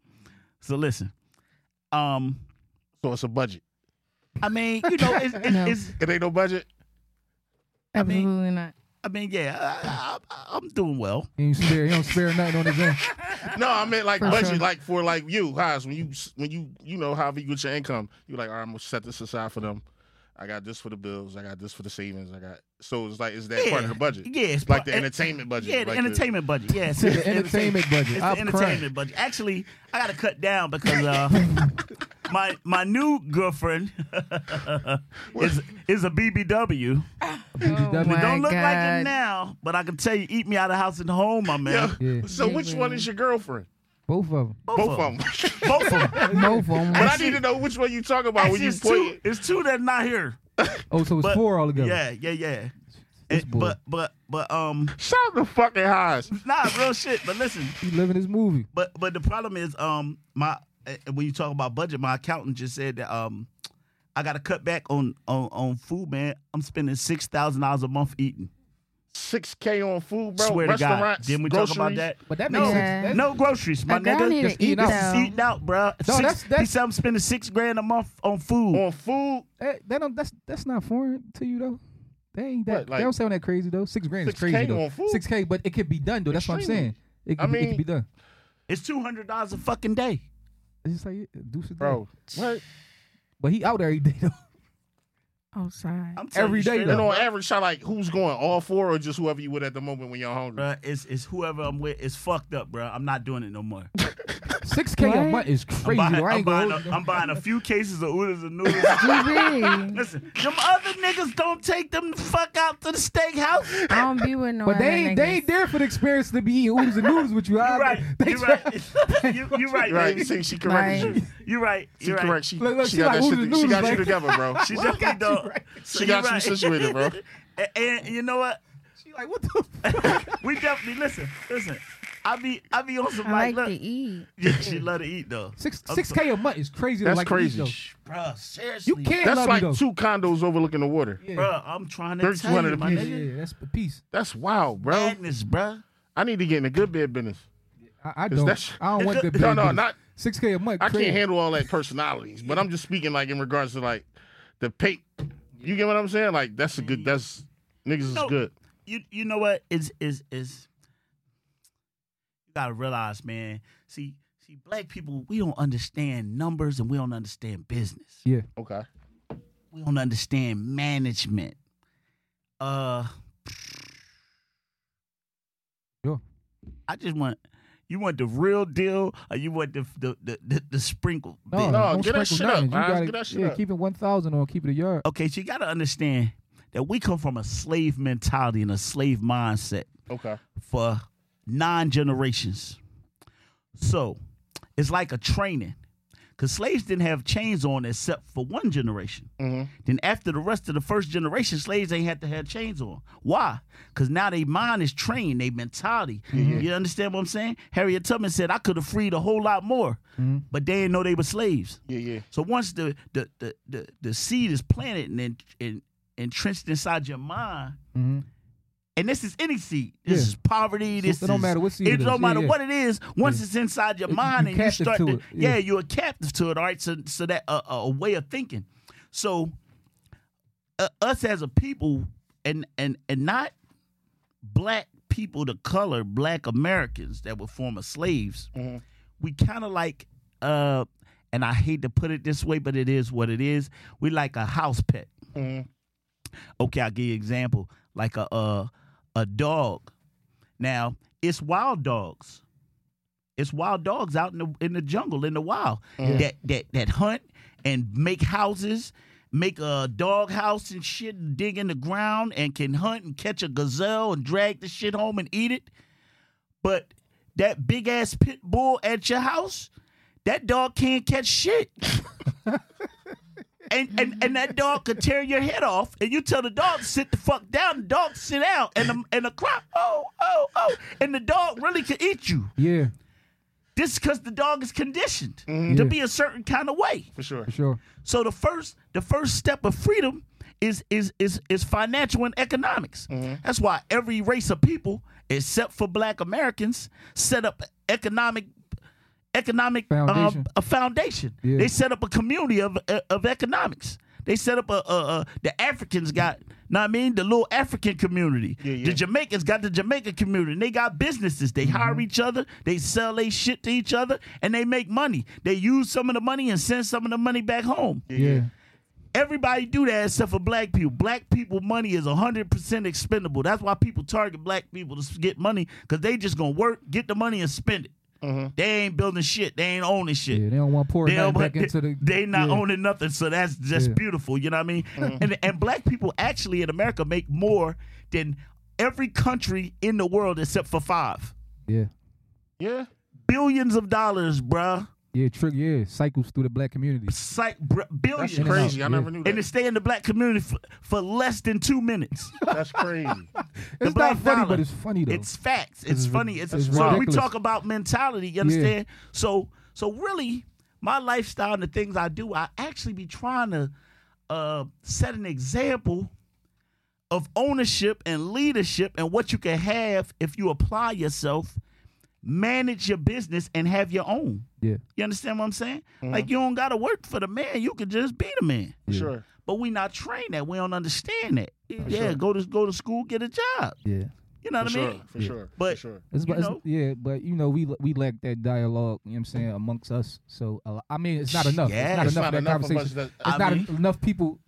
Speaker 4: So listen, um,
Speaker 3: So it's a budget.
Speaker 4: I mean, you know, it's, it's,
Speaker 5: No.
Speaker 4: it's
Speaker 3: It ain't no budget.
Speaker 4: mean-
Speaker 5: Absolutely not.
Speaker 4: I mean, yeah, I, I, I'm doing well.
Speaker 2: He ain't spare. He don't spare nothing on his end.
Speaker 3: No, I meant like
Speaker 5: For
Speaker 3: budget,
Speaker 5: sure.
Speaker 3: like for like you, guys. When you when you you know however you get your income, you like, all right, I'm gonna set this aside for them. I got this for the bills. I got this for the savings. I got so it's like is that
Speaker 4: yeah.
Speaker 3: part of the budget?
Speaker 4: Yeah, it's
Speaker 3: like
Speaker 4: part-
Speaker 3: the entertainment budget.
Speaker 4: Yeah, the
Speaker 3: like
Speaker 4: entertainment budget. Yeah, it's
Speaker 2: The entertainment budget.
Speaker 4: It's
Speaker 2: I'm
Speaker 4: the
Speaker 2: crying.
Speaker 4: entertainment budget. Actually, I gotta cut down because uh, my my new girlfriend is is a BBW.
Speaker 5: Oh
Speaker 2: BBW.
Speaker 5: my
Speaker 4: Don't look like
Speaker 5: God.
Speaker 4: it now, but I can tell you, eat me out of house and home, my man.
Speaker 3: Yeah.
Speaker 2: Yeah.
Speaker 3: So which one is your girlfriend?
Speaker 2: Both of them.
Speaker 3: Both, of them.
Speaker 4: Oh, Both of them.
Speaker 2: Both of them.
Speaker 3: but I need to know which one you talk about when
Speaker 4: Actually,
Speaker 3: you
Speaker 4: it's, two,
Speaker 3: point.
Speaker 4: it's two that not here.
Speaker 2: Oh, so it's
Speaker 4: But-
Speaker 2: four altogether.
Speaker 4: Yeah, yeah, yeah.
Speaker 2: This
Speaker 4: And-
Speaker 2: boy.
Speaker 4: but but but um,
Speaker 3: Shout the fucking highs.
Speaker 4: nah, real shit. But listen,
Speaker 2: He living his movie.
Speaker 4: but but the problem is um my uh, when you talk about budget, my accountant just said that um I got to cut back on on on food, man. I'm spending six thousand dollars a month eating.
Speaker 3: Six K on food, bro.
Speaker 4: Swear to God.
Speaker 3: Restaurants.
Speaker 4: Didn't we
Speaker 3: groceries.
Speaker 4: talk about that?
Speaker 2: But that
Speaker 4: No.
Speaker 2: makes
Speaker 5: Yeah.
Speaker 2: sense. That's-
Speaker 4: No groceries, my
Speaker 5: A girl
Speaker 4: nigga.
Speaker 5: need
Speaker 2: That's
Speaker 5: to eat
Speaker 2: eating out.
Speaker 4: Just
Speaker 5: though.
Speaker 4: eating out, bro.
Speaker 2: No,
Speaker 4: six,
Speaker 2: that's-
Speaker 4: he
Speaker 2: that's-
Speaker 4: said I'm spending six grand a month on food.
Speaker 3: On food,
Speaker 2: That, that don't. That's that's not foreign to you though. They ain't that.
Speaker 3: What, like-
Speaker 2: they don't sound that crazy though. Six grand is
Speaker 3: 6K
Speaker 2: crazy though.
Speaker 3: on food?
Speaker 2: Six K, but it could be done though. That's what I'm
Speaker 3: Extremely.
Speaker 2: saying. It could,
Speaker 3: I
Speaker 2: be- it
Speaker 3: mean-
Speaker 2: could be done.
Speaker 4: It's two hundred dollars a fucking day.
Speaker 2: It's just like yeah, do some
Speaker 3: bro. What?
Speaker 2: But he out every day though.
Speaker 5: Outside.
Speaker 4: I'm telling
Speaker 2: Every
Speaker 4: you
Speaker 2: day,
Speaker 4: straight
Speaker 2: though.
Speaker 3: And on
Speaker 4: up,
Speaker 3: average, I like who's going all four or just whoever you with at the moment when you're hungry.
Speaker 4: bruh, it's it's whoever I'm with. It's fucked up, bruh. I'm not doing it no more.
Speaker 2: Six K a
Speaker 5: What?
Speaker 2: month is
Speaker 4: I'm
Speaker 2: crazy.
Speaker 4: buying,
Speaker 2: though. I
Speaker 4: I'm,
Speaker 2: ain't
Speaker 4: buying
Speaker 2: gonna-
Speaker 4: a, I'm buying a few cases of oodles and noodles.
Speaker 5: GB.
Speaker 4: Listen, them other niggas don't take them the fuck out to the steakhouse.
Speaker 5: I don't be with no
Speaker 2: But they
Speaker 5: other
Speaker 2: ain't, they
Speaker 5: niggas.
Speaker 2: ain't there for the experience to be eating oodles and noodles with you.
Speaker 4: You
Speaker 2: I-
Speaker 4: right.
Speaker 2: they
Speaker 4: You
Speaker 2: try-
Speaker 4: right. You you right.
Speaker 3: You're right.
Speaker 4: baby.
Speaker 3: See, she corrected
Speaker 5: Right.
Speaker 3: you.
Speaker 4: You right.
Speaker 3: She
Speaker 4: You right.
Speaker 3: correct. She,
Speaker 2: Look, look,
Speaker 3: she,
Speaker 2: she
Speaker 3: got
Speaker 2: like
Speaker 3: that
Speaker 2: oodles
Speaker 3: shit.
Speaker 2: and
Speaker 3: She
Speaker 2: noodles,
Speaker 3: got you
Speaker 2: right?
Speaker 3: together, bro.
Speaker 4: She
Speaker 2: Well,
Speaker 4: definitely
Speaker 2: got you
Speaker 4: don't.
Speaker 2: right.
Speaker 4: So
Speaker 3: She
Speaker 4: you
Speaker 3: got you
Speaker 4: right.
Speaker 3: situated, bro.
Speaker 4: And- and you know what?
Speaker 2: She like what the. Fuck?
Speaker 4: we definitely listen, listen. I be I be on some
Speaker 5: I like
Speaker 4: like,
Speaker 5: to
Speaker 4: look.
Speaker 5: eat.
Speaker 4: Yeah, she love to eat though.
Speaker 2: Six
Speaker 4: I'm
Speaker 2: six K a month is crazy. though,
Speaker 3: That's
Speaker 2: like to eat,
Speaker 3: crazy.
Speaker 2: though.
Speaker 4: Bruh, seriously.
Speaker 2: You can't
Speaker 3: That's
Speaker 2: love
Speaker 3: like
Speaker 2: you, though.
Speaker 3: two condos overlooking the water.
Speaker 2: Yeah.
Speaker 4: Bruh, I'm trying to
Speaker 3: Thirty
Speaker 4: tell
Speaker 3: hundred
Speaker 4: you, my
Speaker 2: Yeah,
Speaker 4: nigga.
Speaker 2: yeah, that's the piece.
Speaker 3: That's wild, bro.
Speaker 4: Madness, bruh.
Speaker 3: I need to get in the good bed business.
Speaker 2: I, I
Speaker 3: Is
Speaker 2: don't.
Speaker 3: that-
Speaker 2: I don't want the
Speaker 3: No, no, not.
Speaker 2: six K a month.
Speaker 3: I
Speaker 2: crazy.
Speaker 3: can't handle all that personalities, but I'm just speaking like in regards to like the pay. You get what I'm saying? Like that's a good. That's niggas is
Speaker 4: No.
Speaker 3: good.
Speaker 4: You you know what? Is is is you gotta realize, man. See, see, black people, we don't understand numbers and we don't understand business.
Speaker 2: Yeah.
Speaker 3: Okay.
Speaker 4: We don't understand management. Uh
Speaker 2: Sure.
Speaker 4: I just want You want the real deal, or you want the the the, the, the sprinkle?
Speaker 2: No,
Speaker 4: bit?
Speaker 3: No,
Speaker 2: don't
Speaker 3: get that
Speaker 2: sprinkle
Speaker 3: shit up,
Speaker 2: nothing. You
Speaker 3: Miles.
Speaker 2: gotta-
Speaker 3: Get that shit
Speaker 2: yeah,
Speaker 3: up.
Speaker 2: keep it one thousand or keep it a yard.
Speaker 4: Okay, so you got to understand that we come from a slave mentality and a slave mindset
Speaker 3: Okay.
Speaker 4: for nine generations. So it's like a training. Because slaves didn't have chains on except for one generation. Then after the rest of the first generation, slaves ain't had to have chains on. Why? Because now their mind is trained, their mentality. You understand what I'm saying? Harriet Tubman said, I could have freed a whole lot more, but they didn't know they were slaves.
Speaker 3: Yeah, yeah.
Speaker 4: So once the the the the, the seed is planted and, en- en- entrenched inside your mind,
Speaker 2: Mhm.
Speaker 4: and this is any seed. This
Speaker 2: Yeah.
Speaker 4: is poverty.
Speaker 2: So
Speaker 4: This
Speaker 2: it don't
Speaker 4: is-
Speaker 2: matter what seed it
Speaker 4: It
Speaker 2: is.
Speaker 4: don't
Speaker 2: Yeah,
Speaker 4: matter
Speaker 2: yeah.
Speaker 4: what it is. Once
Speaker 2: Yeah.
Speaker 4: it's inside your
Speaker 2: It- Mm. you
Speaker 4: mind and you
Speaker 2: captive
Speaker 4: start
Speaker 2: to
Speaker 4: to,
Speaker 2: it,
Speaker 4: yeah.
Speaker 2: yeah.
Speaker 4: you're a captive to it. All right, so so that uh, uh, a way of thinking. So uh, us as a people, and and and not black people to color, black Americans that were former slaves, we kind of like, uh, and I hate to put it this way, but it is what it is. We like a house pet. Okay, I'll give you an example, like a uh, a dog. Now it's wild dogs. It's wild dogs out in the in the jungle in the wild that that that hunt and make houses, make a dog house and shit, and dig in the ground and can hunt and catch a gazelle and drag the shit home and eat it. But that big ass pit bull at your house, that dog can't catch shit. and, and and that dog could tear your head off, and you tell the dog to sit the fuck down. The dog sit down, and the and the crop, oh oh oh, and the dog really could eat you.
Speaker 2: Yeah,
Speaker 4: This is because the dog is conditioned
Speaker 2: Yeah.
Speaker 4: to be a certain kind of way.
Speaker 3: For sure.
Speaker 2: for sure.
Speaker 4: So the first the first step of freedom is is is is financial and economics. That's why every race of people, except for Black Americans, set up economic economic um,
Speaker 2: Foundation.
Speaker 4: a foundation.
Speaker 2: Yeah.
Speaker 4: They set up a community of uh, of economics. They set up a, a, a the Africans got, know what I mean, the little African community.
Speaker 3: Yeah, yeah. Mm-hmm.
Speaker 4: The Jamaicans got the Jamaica community. And they got businesses. They hire each other. They sell their shit to each other, and they make money. They use some of the money and send some of the money back home.
Speaker 2: Yeah,
Speaker 4: Everybody do that except for black people. Black people money is 100% expendable. That's why people target black people to s- get money because they just gonna work, get the money, and spend it.
Speaker 3: Mm-hmm.
Speaker 4: They ain't building shit. They ain't owning shit.
Speaker 2: yeah. They don't want to pour
Speaker 4: They,
Speaker 2: nothing
Speaker 4: don't-
Speaker 2: back into the.
Speaker 4: they not
Speaker 2: yeah.
Speaker 4: owning nothing, so that's just
Speaker 2: Yeah.
Speaker 4: beautiful. You know what I mean?
Speaker 3: Mm.
Speaker 4: And and black people actually in America make more than every country in the world except for five
Speaker 2: Yeah,
Speaker 3: Yeah.
Speaker 4: billions of dollars, bruh.
Speaker 2: yeah. Trick. Yeah, cycles through the black community.
Speaker 4: Psych, bruh
Speaker 3: That's
Speaker 4: billions.
Speaker 2: In and
Speaker 3: crazy.
Speaker 2: out,
Speaker 3: I
Speaker 2: yeah.
Speaker 3: never knew
Speaker 4: Oh, And
Speaker 3: that.
Speaker 4: to stay in the black community for, for less than two minutes.
Speaker 3: That's crazy.
Speaker 2: It's
Speaker 4: black
Speaker 2: not funny,
Speaker 4: dollar.
Speaker 2: but it's funny though.
Speaker 4: It's facts. It's,
Speaker 2: is
Speaker 4: funny.
Speaker 2: rid-
Speaker 4: It's,
Speaker 2: it's
Speaker 4: so we
Speaker 2: ridiculous.
Speaker 4: talk about mentality. You
Speaker 2: Yeah.
Speaker 4: understand? So so really, my lifestyle and the things I do, I actually be trying to uh, set an example of ownership and leadership and what you can have if you apply yourself, manage your business, and have your own.
Speaker 2: yeah,
Speaker 4: You understand what I'm saying? Like you don't gotta work for the man. You could just be the man.
Speaker 3: For sure.
Speaker 4: But we not trained that. We don't understand that. Yeah, go to go to school, get a job.
Speaker 2: yeah.
Speaker 4: You know
Speaker 3: For
Speaker 4: what I
Speaker 3: sure.
Speaker 4: mean?
Speaker 3: For sure. For
Speaker 4: But-
Speaker 3: sure.
Speaker 2: It's,
Speaker 4: You
Speaker 2: but it's-
Speaker 4: know?
Speaker 2: yeah, but you know we we lack that dialogue. You know what I'm saying amongst us. So a lo- I mean, it's not enough.
Speaker 4: Yeah.
Speaker 2: it's
Speaker 3: It's
Speaker 2: not enough
Speaker 3: not
Speaker 2: of that
Speaker 3: enough of
Speaker 2: conversation.
Speaker 3: us that.
Speaker 2: it's
Speaker 4: I
Speaker 2: not
Speaker 4: mean-
Speaker 2: enough people.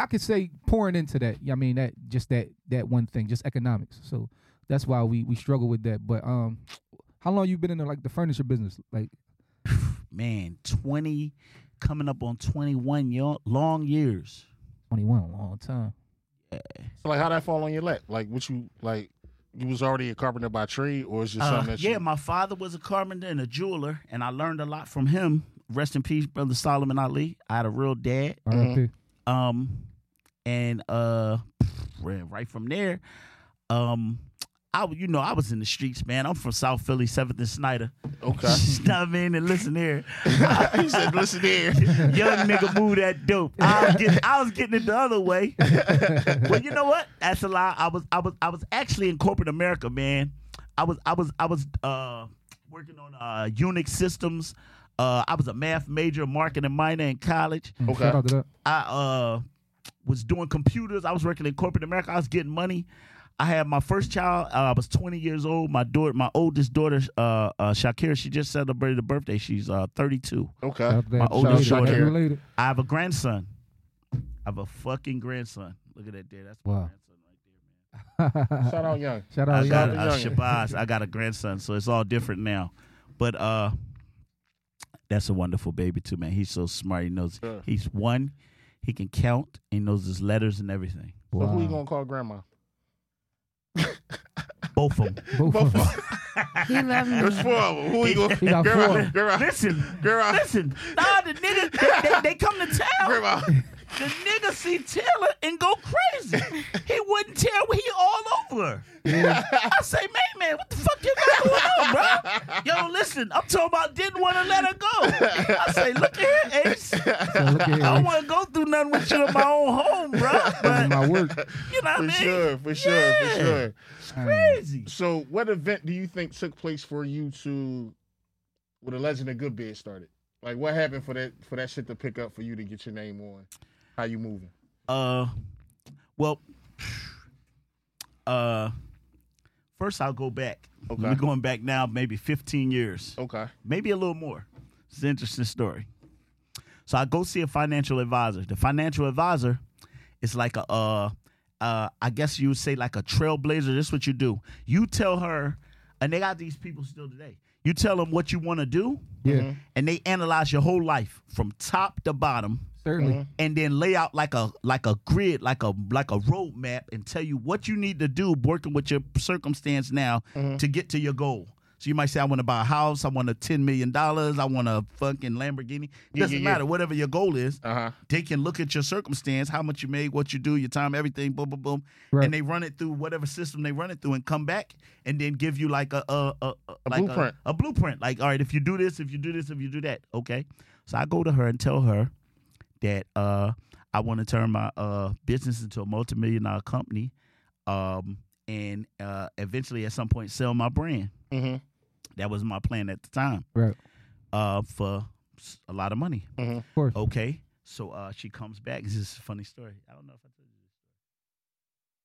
Speaker 2: I could say pouring into that. Yeah, I mean that just that that one thing, just economics. So that's why we we struggle with that. But um, how long you been in the, like the furniture business? Like
Speaker 4: man, 20, coming up on 21 yo- long years.
Speaker 2: 21, a long time.
Speaker 3: So like, how that fall on your lap? Like, what you like? You was already a carpenter by trade, or is just
Speaker 4: Uh,
Speaker 3: something that
Speaker 4: yeah,
Speaker 3: you?
Speaker 4: my father was a carpenter and a jeweler, and I learned a lot from him. Rest in peace, brother Solomon Ali. I had a real dad.
Speaker 2: R.I.P.
Speaker 4: Um, and uh, right right from there, um, I w- you know I was in the streets, man. I'm from South Philly, Seventh and Snyder.
Speaker 3: okay.
Speaker 4: You know what I mean? And listen here,
Speaker 3: he said, "Listen here."
Speaker 4: young nigga move that dope. I was, getting, I was getting it the other way. but you know what? That's a lie. I was I was I was actually in corporate America, man. I was I was I was uh, working on uh, Unix systems. Uh, I was a math major, marketing minor in college.
Speaker 2: Mm,
Speaker 3: Okay.
Speaker 2: Shout out to that.
Speaker 4: I uh, was doing computers. I was working in corporate America. I was getting money. I had my first child. Uh, I was 20 years old. My daughter, my oldest daughter, uh, uh, Shakira, she just celebrated her birthday. She's uh, 32.
Speaker 2: Shout
Speaker 3: Okay.
Speaker 2: out to that.
Speaker 4: my oldest
Speaker 2: Shout out to that.
Speaker 3: daughter-
Speaker 2: Related.
Speaker 4: I have a grandson. I have a fucking grandson. Look at that there. That's my
Speaker 2: Wow.
Speaker 4: grandson right there, man.
Speaker 3: Shout out Young.
Speaker 2: Shout out,
Speaker 4: I
Speaker 2: Young.
Speaker 4: got
Speaker 3: yeah.
Speaker 4: a
Speaker 3: Yeah.
Speaker 4: Shabazz. I got a grandson, so it's all different now. But uh, that's a wonderful baby too, man. He's so smart. He knows
Speaker 3: Yeah.
Speaker 4: he's one. He can count. He knows his letters and everything.
Speaker 3: So who you
Speaker 2: Wow.
Speaker 3: gonna call grandma?
Speaker 4: Both of them.
Speaker 2: Both of them.
Speaker 5: He loved me.
Speaker 3: There's four of them. Who you gonna
Speaker 2: He got
Speaker 3: grandma,
Speaker 2: four.
Speaker 3: grandma,
Speaker 4: listen,
Speaker 3: grandma,
Speaker 4: listen. Nah, the niggas they, they, they come to town.
Speaker 3: grandma.
Speaker 4: The nigga see Taylor and go crazy. He wouldn't tell he all over her. I say, man, man, what the fuck you got going on, bro? Yo, listen, I'm talking about didn't want to let her go. I say, look at here, Ace.
Speaker 2: So look
Speaker 4: I don't
Speaker 2: at
Speaker 4: want to go through nothing with you in my own home, bro. But
Speaker 2: him. my work.
Speaker 4: you know what I
Speaker 3: For
Speaker 4: mean?
Speaker 3: sure, for sure,
Speaker 4: Yeah.
Speaker 3: for sure.
Speaker 4: Crazy.
Speaker 3: So, what event do you think took place for you to, where the legend of Good Bed started? Like, what happened for that for that shit to pick up for you to get your name on? How you moving?
Speaker 4: Uh, well, uh, first I'll go back.
Speaker 3: Okay.
Speaker 4: We're going back now, maybe 15 years.
Speaker 3: Okay.
Speaker 4: maybe a little more. It's an interesting story. So I go see a financial advisor. The financial advisor is like a, uh, uh, I guess you would say like a trailblazer. This is what you do. You tell her, and they got these people still today. You tell them what you want to do,
Speaker 2: Yeah,
Speaker 4: and they analyze your whole life from top to bottom
Speaker 2: certainly.
Speaker 4: and then lay out like a like a grid, like a like a roadmap, and tell you what you need to do working with your circumstance now to get to your goal. So you might say, I want to buy a house, I want a ten million dollars, I want a fucking Lamborghini.
Speaker 3: Yeah,
Speaker 4: Doesn't
Speaker 3: yeah, yeah.
Speaker 4: matter, whatever your goal is,
Speaker 3: Uh huh.
Speaker 4: they can look at your circumstance, how much you made, what you do, your time, everything, boom, boom, boom,
Speaker 2: Right.
Speaker 4: and they run it through whatever system they run it through, and come back and then give you like a a, a, a, like
Speaker 3: blueprint.
Speaker 4: a, blueprint. Like, all right, if you do this, if you do this, if you do that, okay. So I go to her and tell her that uh, I want to turn my uh, business into a multimillion dollar company, um, and uh, eventually at some point sell my brand.
Speaker 3: Mm-hmm.
Speaker 4: That was my plan at the time
Speaker 2: Right,
Speaker 4: uh, for s- a lot of money.
Speaker 2: of course.
Speaker 4: Okay. So uh, she comes back. This is a funny story. I don't know if I told you this.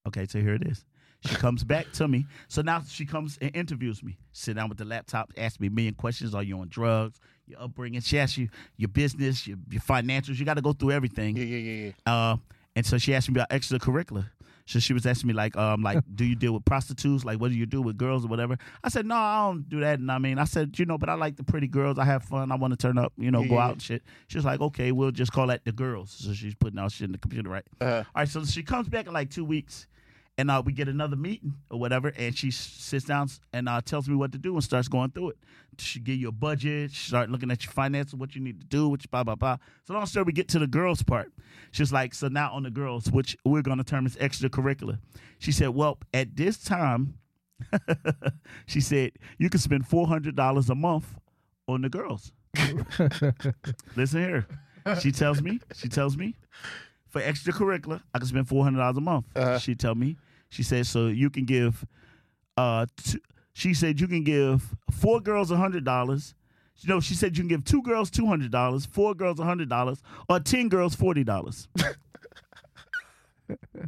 Speaker 4: Okay, so here it is. She comes back to me. So now she comes and interviews me. Sit down with the laptop, ask me a million questions. Are you on drugs? Your upbringing? She asks you your business, your, your financials. You got to go through everything.
Speaker 3: Yeah, yeah, yeah, yeah.
Speaker 4: Uh, and so she asked me about extracurricular. So she was asking me like, um, like, do you deal with prostitutes? Like, what do you do with girls or whatever? I said, no, I don't do that. And I mean, I said, you know, but I like the pretty girls. I have fun. I want to turn up, you know,
Speaker 3: Yeah,
Speaker 4: go
Speaker 3: yeah,
Speaker 4: out
Speaker 3: yeah.
Speaker 4: and shit. She was like, okay, we'll just call that the girls. So she's putting all shit in the computer, right?
Speaker 3: Uh-huh.
Speaker 4: All right. So she comes back in like two weeks, and uh, we get another meeting or whatever, and she s- sits down and uh, tells me what to do and starts going through it. She give you a budget, she start looking at your finances, what you need to do, which blah blah blah. So long story, we get to the girls part. She's like, so now on the girls, which we're gonna term as extracurricular. She said, well, at this time, she said you can spend four hundred dollars a month on the girls. Listen here, she tells me, she tells me, for extracurricular, I can spend four hundred dollars a month.
Speaker 3: Uh-huh.
Speaker 4: She tell me. She said, so you can give. Uh, two, she said you can give four girls hundred dollars. No, she said you can give two girls two hundred dollars, four girls hundred dollars, or ten girls forty dollars.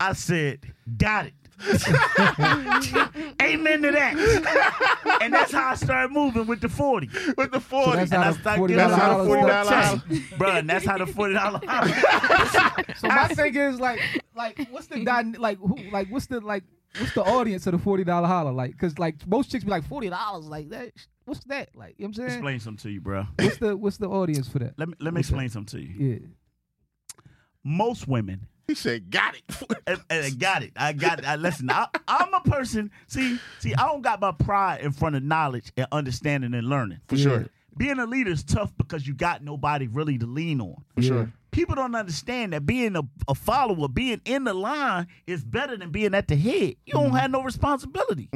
Speaker 4: I said, got it. Amen to that. and that's how I started moving with the forty.
Speaker 3: With the
Speaker 2: So
Speaker 3: forty.
Speaker 2: that's not
Speaker 4: I
Speaker 2: a
Speaker 4: start
Speaker 2: forty
Speaker 4: giving
Speaker 3: That's
Speaker 4: her
Speaker 3: how
Speaker 2: dollar
Speaker 3: the
Speaker 4: four
Speaker 3: $40
Speaker 4: checks. Bruh, and that's how the forty dollar.
Speaker 2: So my thing is like, like what's the dyna- like who like what's the like what's the audience of the forty dollar holler like? Cause like most chicks be like forty dollars like that. What's that like? You know what I'm saying?
Speaker 4: explain something to you, bruh.
Speaker 2: What's the what's the audience for that?
Speaker 4: Let me let me
Speaker 2: Okay.
Speaker 4: explain something to you.
Speaker 2: Yeah,
Speaker 4: Most women
Speaker 3: He said, "Got it."
Speaker 4: and, and I got it. I got. I listen. I, I'm a person. See, see, I don't got my pride in front of knowledge and understanding and learning.
Speaker 3: for sure.
Speaker 4: Being a leader is tough because you got nobody really to lean on.
Speaker 3: For sure.
Speaker 4: People don't understand that being a, a follower, being in the line, is better than being at the head. You
Speaker 2: Mm-hmm.
Speaker 4: don't have no responsibility.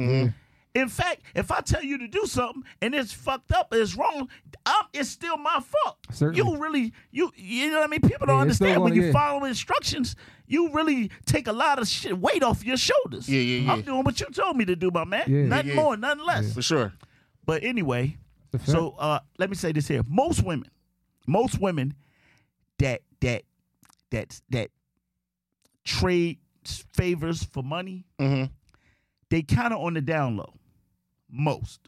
Speaker 4: In fact, if I tell you to do something and it's fucked up, it's wrong, I'm, it's still my fault.
Speaker 2: Certainly.
Speaker 4: You really, you you know what I mean? People don't
Speaker 2: Yeah, it's still
Speaker 4: understand when
Speaker 2: gonna get-
Speaker 4: you follow instructions, you really take a lot of shit, weight off your shoulders.
Speaker 3: Yeah, yeah, yeah.
Speaker 4: I'm doing what you told me to do, my man.
Speaker 2: Yeah. Yeah,
Speaker 4: Nothing
Speaker 3: yeah.
Speaker 4: more, nothing less.
Speaker 3: For sure.
Speaker 4: But anyway,
Speaker 2: It's a fact.
Speaker 4: so uh, let me say this here: most women, most women that that that that trade favors for money,
Speaker 3: Mm-hmm.
Speaker 4: they kind of on the down low. Most.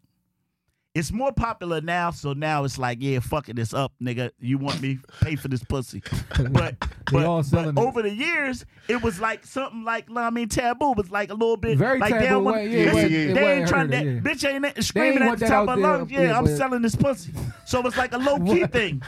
Speaker 4: It's more popular now, so now it's like, yeah, fuck it, it's up, nigga. You want me pay for this pussy? But but,
Speaker 2: all selling
Speaker 4: but
Speaker 2: it.
Speaker 4: over the years, it was like something like, I mean, taboo was like a little bit
Speaker 2: Very
Speaker 4: like
Speaker 2: taboo
Speaker 4: wanna-
Speaker 2: way, yeah, it
Speaker 4: listen,
Speaker 3: wasn't- it
Speaker 4: they ain't
Speaker 2: wasn't
Speaker 4: trying that
Speaker 2: heard of, yeah.
Speaker 4: bitch ain't that- screaming at
Speaker 2: want
Speaker 4: the
Speaker 2: that
Speaker 4: top
Speaker 2: out
Speaker 4: of
Speaker 2: there,
Speaker 4: lungs. Yeah,
Speaker 2: yeah,
Speaker 4: I'm
Speaker 2: but-
Speaker 4: selling this pussy. So it's like a low key thing.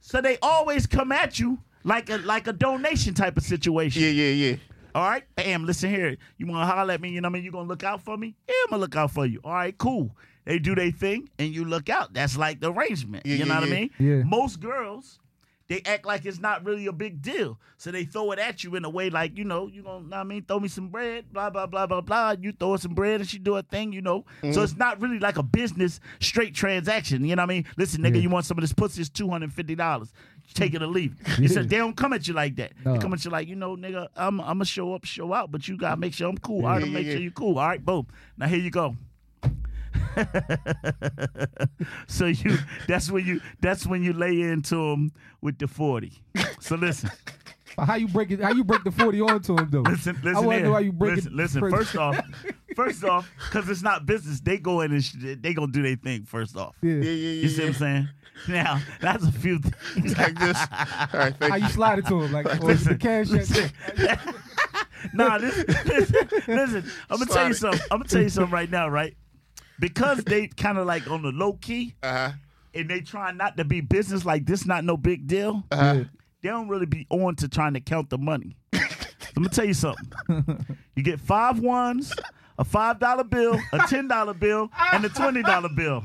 Speaker 4: So they always come at you like a like a donation type of situation.
Speaker 3: Yeah, yeah, yeah.
Speaker 4: All right, bam, listen here. You want to holler at me, you know what I mean? You going to look out for me? Yeah, I'm going to look out for you. All right, cool. They do their thing and you look out. That's like the arrangement.
Speaker 3: Yeah,
Speaker 4: you know
Speaker 3: yeah,
Speaker 4: what
Speaker 3: yeah.
Speaker 4: I mean?
Speaker 2: Yeah.
Speaker 4: Most girls, they act like it's not really a big deal. So they throw it at you in a way like, you know, you going to, know what I mean? Throw me some bread, blah, blah, blah, blah, blah. You throw her some bread and she do her thing, you know?
Speaker 3: Mm-hmm.
Speaker 4: So it's not really like a business straight transaction. You know what I mean? Listen, nigga,
Speaker 2: Yeah.
Speaker 4: you want some of this pussy? It's $250. Take it or leave it. It's a- they don't come at you like that. They
Speaker 2: No.
Speaker 4: come at you like, you know, nigga, I'm I'm gonna show up, show out, but you gotta make sure I'm cool. All right,
Speaker 3: yeah,
Speaker 4: I'm make
Speaker 3: yeah.
Speaker 4: sure you cool. All right, boom. Now here you go. so you that's when you that's when you lay into them with the 40. So listen,
Speaker 2: But how you break it? How you break the forty onto him though?
Speaker 4: listen, listen.
Speaker 2: I wanna
Speaker 4: here.
Speaker 2: know how you break
Speaker 4: listen,
Speaker 2: it.
Speaker 4: listen, first off, first off, because it's not business, they go in and sh- they gonna do their thing first off.
Speaker 2: yeah.
Speaker 3: Yeah, yeah,
Speaker 4: You see
Speaker 3: yeah.
Speaker 4: what I'm
Speaker 3: yeah.
Speaker 4: saying? Now that's a few things.
Speaker 3: Like this. All right,
Speaker 2: How
Speaker 3: thank
Speaker 2: you
Speaker 3: you.
Speaker 2: slide it to him? Like or the cash.
Speaker 4: listen. nah, this, listen, listen. I'm gonna tell you
Speaker 3: Sorry.
Speaker 4: something. I'm gonna tell you something right now, right? Because they kind of like on the low key
Speaker 3: Uh-huh.
Speaker 4: and they trying not to be business like this, not no big deal.
Speaker 3: Uh-huh.
Speaker 4: They don't really be on to trying to count the money. I'm gonna tell you something. You get five ones, a five dollar bill, a ten dollar bill, and a twenty dollar bill.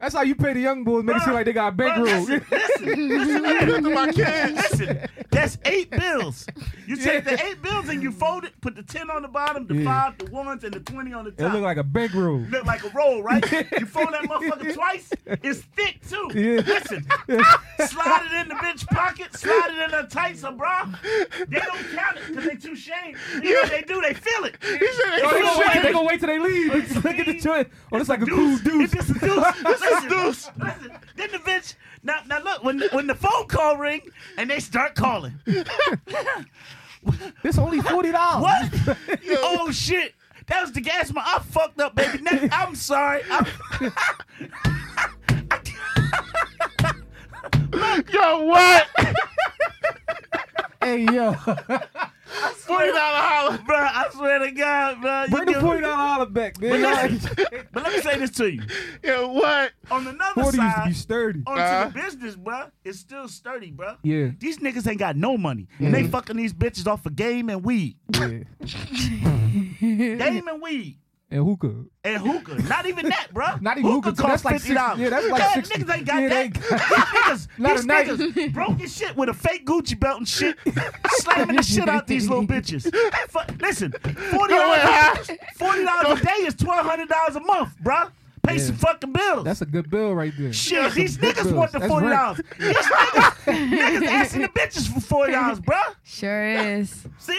Speaker 2: That's how you pay the young boys. Make it seem like they got a bankroll.
Speaker 4: Listen, listen, listen,
Speaker 3: Look at my kids.
Speaker 4: Listen, that's eight bills. You take the eight bills and you fold it, put the ten on the bottom, the
Speaker 2: Yeah.
Speaker 4: five, the ones, and the twenty on the
Speaker 2: It
Speaker 4: top.
Speaker 2: look like a bankroll.
Speaker 4: Look like a roll, right? You fold that motherfucker twice, it's thick too.
Speaker 2: Yeah.
Speaker 4: Listen, slide it in the bitch pocket, slide it in her tights or bra. They don't count it because they too shamed. You know what they do, they feel it.
Speaker 3: He said they
Speaker 2: They
Speaker 4: Yo,
Speaker 3: feel
Speaker 4: you
Speaker 3: shit.
Speaker 2: gonna
Speaker 4: know
Speaker 2: wait,
Speaker 4: what?
Speaker 2: they gonna wait till they leave. Look at the choice. Oh, it's like a cool
Speaker 4: It's
Speaker 2: deuce.
Speaker 4: just a deuce. Listen, deuce. Listen, then the bitch. Now, now look. When when the phone call ring and they start calling,
Speaker 2: It's only forty dollars.
Speaker 4: What? oh shit. That was the gas man. I fucked up, baby. Now- I'm sorry. I'm,
Speaker 3: Yo, what?
Speaker 2: Hey yo,
Speaker 3: Forty dollar holler.
Speaker 4: bro, I swear to God, bro. you
Speaker 2: bring the
Speaker 4: give-
Speaker 2: forty dollar back, man. Like,
Speaker 4: But let me say this to you.
Speaker 3: Yo, what?
Speaker 4: On another
Speaker 2: forty used to
Speaker 4: side,
Speaker 2: be sturdy.
Speaker 4: onto
Speaker 3: Uh-huh.
Speaker 4: the business, bruh. It's still sturdy, bruh.
Speaker 2: Yeah.
Speaker 4: These niggas ain't got no money. And they fucking these bitches off of game and weed.
Speaker 2: Yeah.
Speaker 4: Game and weed.
Speaker 2: And hookah.
Speaker 4: And hookah. Not even that, bruh.
Speaker 2: Not even hookah. That's
Speaker 4: costs
Speaker 2: like
Speaker 4: $50.
Speaker 2: sixty. Yeah, that's like
Speaker 4: Yeah,
Speaker 2: sixty.
Speaker 4: Niggas ain't got
Speaker 2: Yeah,
Speaker 4: that.
Speaker 2: they-
Speaker 4: these
Speaker 2: Not
Speaker 4: niggas,
Speaker 2: a night.
Speaker 4: these niggas broke as shit with a fake Gucci belt and shit, slamming the shit out these little bitches. Fu- listen, forty dollars, forty dollars a day is twelve hundred dollars a month, bruh. Pay some
Speaker 2: Yeah.
Speaker 4: fucking bills.
Speaker 2: That's a good bill right there.
Speaker 4: Shit, these
Speaker 2: big
Speaker 4: niggas
Speaker 2: bills.
Speaker 4: want the
Speaker 2: That's
Speaker 4: forty dollars.
Speaker 2: right.
Speaker 4: These niggas, niggas asking the bitches for forty dollars, bruh.
Speaker 5: Sure is.
Speaker 4: See,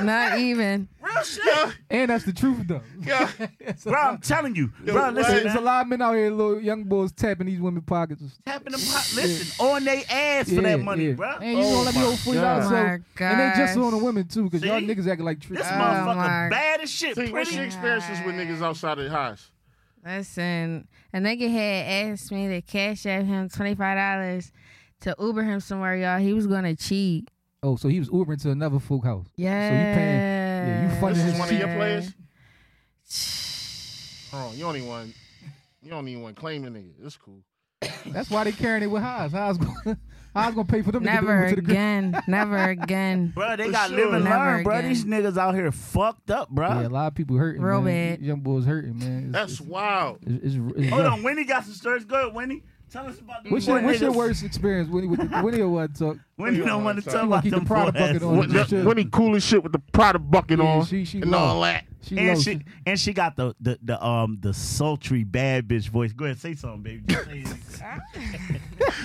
Speaker 5: Not even.
Speaker 4: real shit,
Speaker 2: And that's the truth though.
Speaker 3: Yo,
Speaker 2: It's a
Speaker 4: bruh. I'm telling you, bruh.
Speaker 3: what?
Speaker 4: Listen,
Speaker 2: There's a
Speaker 4: man.
Speaker 2: lot of men out here, little young boys tapping these women pockets. and stuff.
Speaker 4: Tapping them, pot- listen, on they ass for
Speaker 2: Yeah,
Speaker 4: that money,
Speaker 2: yeah.
Speaker 4: bruh.
Speaker 2: And you gonna let me hold forty dollars?
Speaker 5: God.
Speaker 2: So,
Speaker 5: Oh My
Speaker 2: and they just
Speaker 5: gosh.
Speaker 2: on the women too, because y'all
Speaker 4: See?
Speaker 2: niggas acting like tricks.
Speaker 4: This
Speaker 5: Oh,
Speaker 4: motherfucker
Speaker 5: my-
Speaker 4: bad as shit.
Speaker 3: see, what's
Speaker 4: Pretty.
Speaker 3: your experiences with niggas outside of the house?
Speaker 5: Listen, a nigga had asked me to cash out him twenty five dollars to Uber him somewhere, y'all. He was gonna cheat.
Speaker 2: Oh, so he was Ubering to another folk house.
Speaker 5: Yeah.
Speaker 2: yeah, you funded
Speaker 3: This is
Speaker 2: his
Speaker 3: one of your
Speaker 5: Yeah.
Speaker 3: players. Oh, you don't even want. You don't even want to claim the nigga. It's cool.
Speaker 2: That's why they carrying it with Haas. Haas gonna, Haas gonna pay for them to get the
Speaker 5: Never
Speaker 2: Uber to the crib.
Speaker 5: again. Never again.
Speaker 4: Bro, they
Speaker 3: For
Speaker 4: got
Speaker 3: sure.
Speaker 4: live and
Speaker 5: Never
Speaker 4: learn, bro.
Speaker 5: again.
Speaker 4: These niggas out here fucked up, bro.
Speaker 2: Yeah, a lot of people hurting.
Speaker 5: Real
Speaker 2: man.
Speaker 5: bad.
Speaker 2: Young boys hurting, man. It's,
Speaker 3: That's
Speaker 2: it's,
Speaker 3: wild.
Speaker 2: it's, it's, it's
Speaker 4: Hold
Speaker 2: rough.
Speaker 4: on, Winnie got some stories. Go ahead, Winnie. Tell us about the
Speaker 2: What's your, what's your worst experience when with the, when you what talk?
Speaker 4: Winnie
Speaker 3: Winnie
Speaker 4: don't want to
Speaker 3: wanna
Speaker 4: tell
Speaker 2: wanna
Speaker 4: about
Speaker 2: keep the
Speaker 4: them
Speaker 2: Prada
Speaker 4: poor
Speaker 2: bucket
Speaker 4: asses.
Speaker 2: on.
Speaker 4: What-
Speaker 2: Winnie-
Speaker 3: Look,
Speaker 2: Winnie
Speaker 3: Winnie cool as shit with the Prada bucket
Speaker 2: Oh, Yeah,
Speaker 3: on
Speaker 2: she- she
Speaker 3: and
Speaker 2: low.
Speaker 3: all that.
Speaker 2: She
Speaker 4: And
Speaker 2: low.
Speaker 4: she and she got the, the the um the sultry bad bitch voice. Go ahead, say something, baby. Just say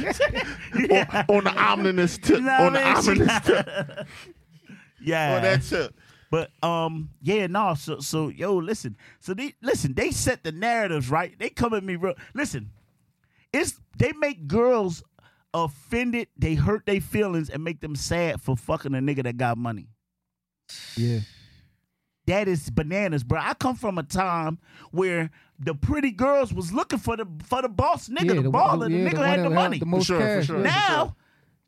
Speaker 4: it. yeah.
Speaker 3: On the ominous tip.
Speaker 4: You know
Speaker 3: on
Speaker 4: what
Speaker 3: the
Speaker 4: I mean? She
Speaker 3: ominous
Speaker 4: got-
Speaker 3: tip.
Speaker 4: yeah.
Speaker 3: On that tip.
Speaker 4: But um, yeah, no. So so yo, listen. So they listen. They set the narratives right. They come at me real. Listen, it's they make girls offended. They hurt their feelings and make them sad for fucking a nigga that got money.
Speaker 2: Yeah,
Speaker 4: that is bananas, bro. I come from a time where the pretty girls was looking for the for the boss nigga, the,
Speaker 2: one-
Speaker 4: baller,
Speaker 2: yeah,
Speaker 4: the nigga
Speaker 2: one
Speaker 4: had
Speaker 2: that
Speaker 4: the money.
Speaker 2: The most
Speaker 3: sure, for
Speaker 2: cash.
Speaker 3: sure.
Speaker 2: yeah.
Speaker 4: Now,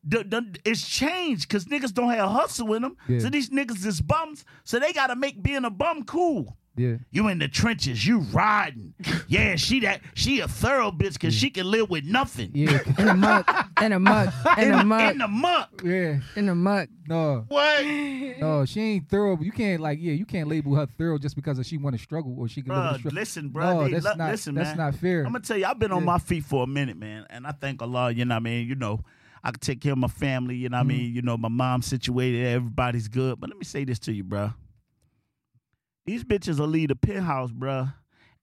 Speaker 4: the, the, it's changed because niggas don't have hustle in them.
Speaker 2: Yeah.
Speaker 4: So these niggas is bums. So they gotta make being a bum cool.
Speaker 2: Yeah.
Speaker 4: You in the trenches, you riding. Yeah, she that she a thorough bitch because she can live with nothing.
Speaker 2: Yeah.
Speaker 5: In a muck. In a muck. In a muck.
Speaker 4: In the muck.
Speaker 2: yeah.
Speaker 5: In a muck.
Speaker 2: No.
Speaker 3: What?
Speaker 2: No. She ain't thorough. You can't like. Yeah. You can't label her thorough just because of she want to struggle or she can live a
Speaker 4: Bruh,
Speaker 2: struggle.
Speaker 4: listen, bro.
Speaker 2: no, that's not.
Speaker 4: listen,
Speaker 2: that's
Speaker 4: man.
Speaker 2: not fair.
Speaker 4: I'm gonna tell you, I've been on
Speaker 2: Yeah.
Speaker 4: my feet for a minute, man, and I thank Allah. You know, what I mean, you know, I can take care of my family. You know,
Speaker 3: Mm-hmm.
Speaker 4: what I mean, you know, my mom's situated, everybody's good. But let me say this to you, bruh. These bitches will leave the penthouse, bruh,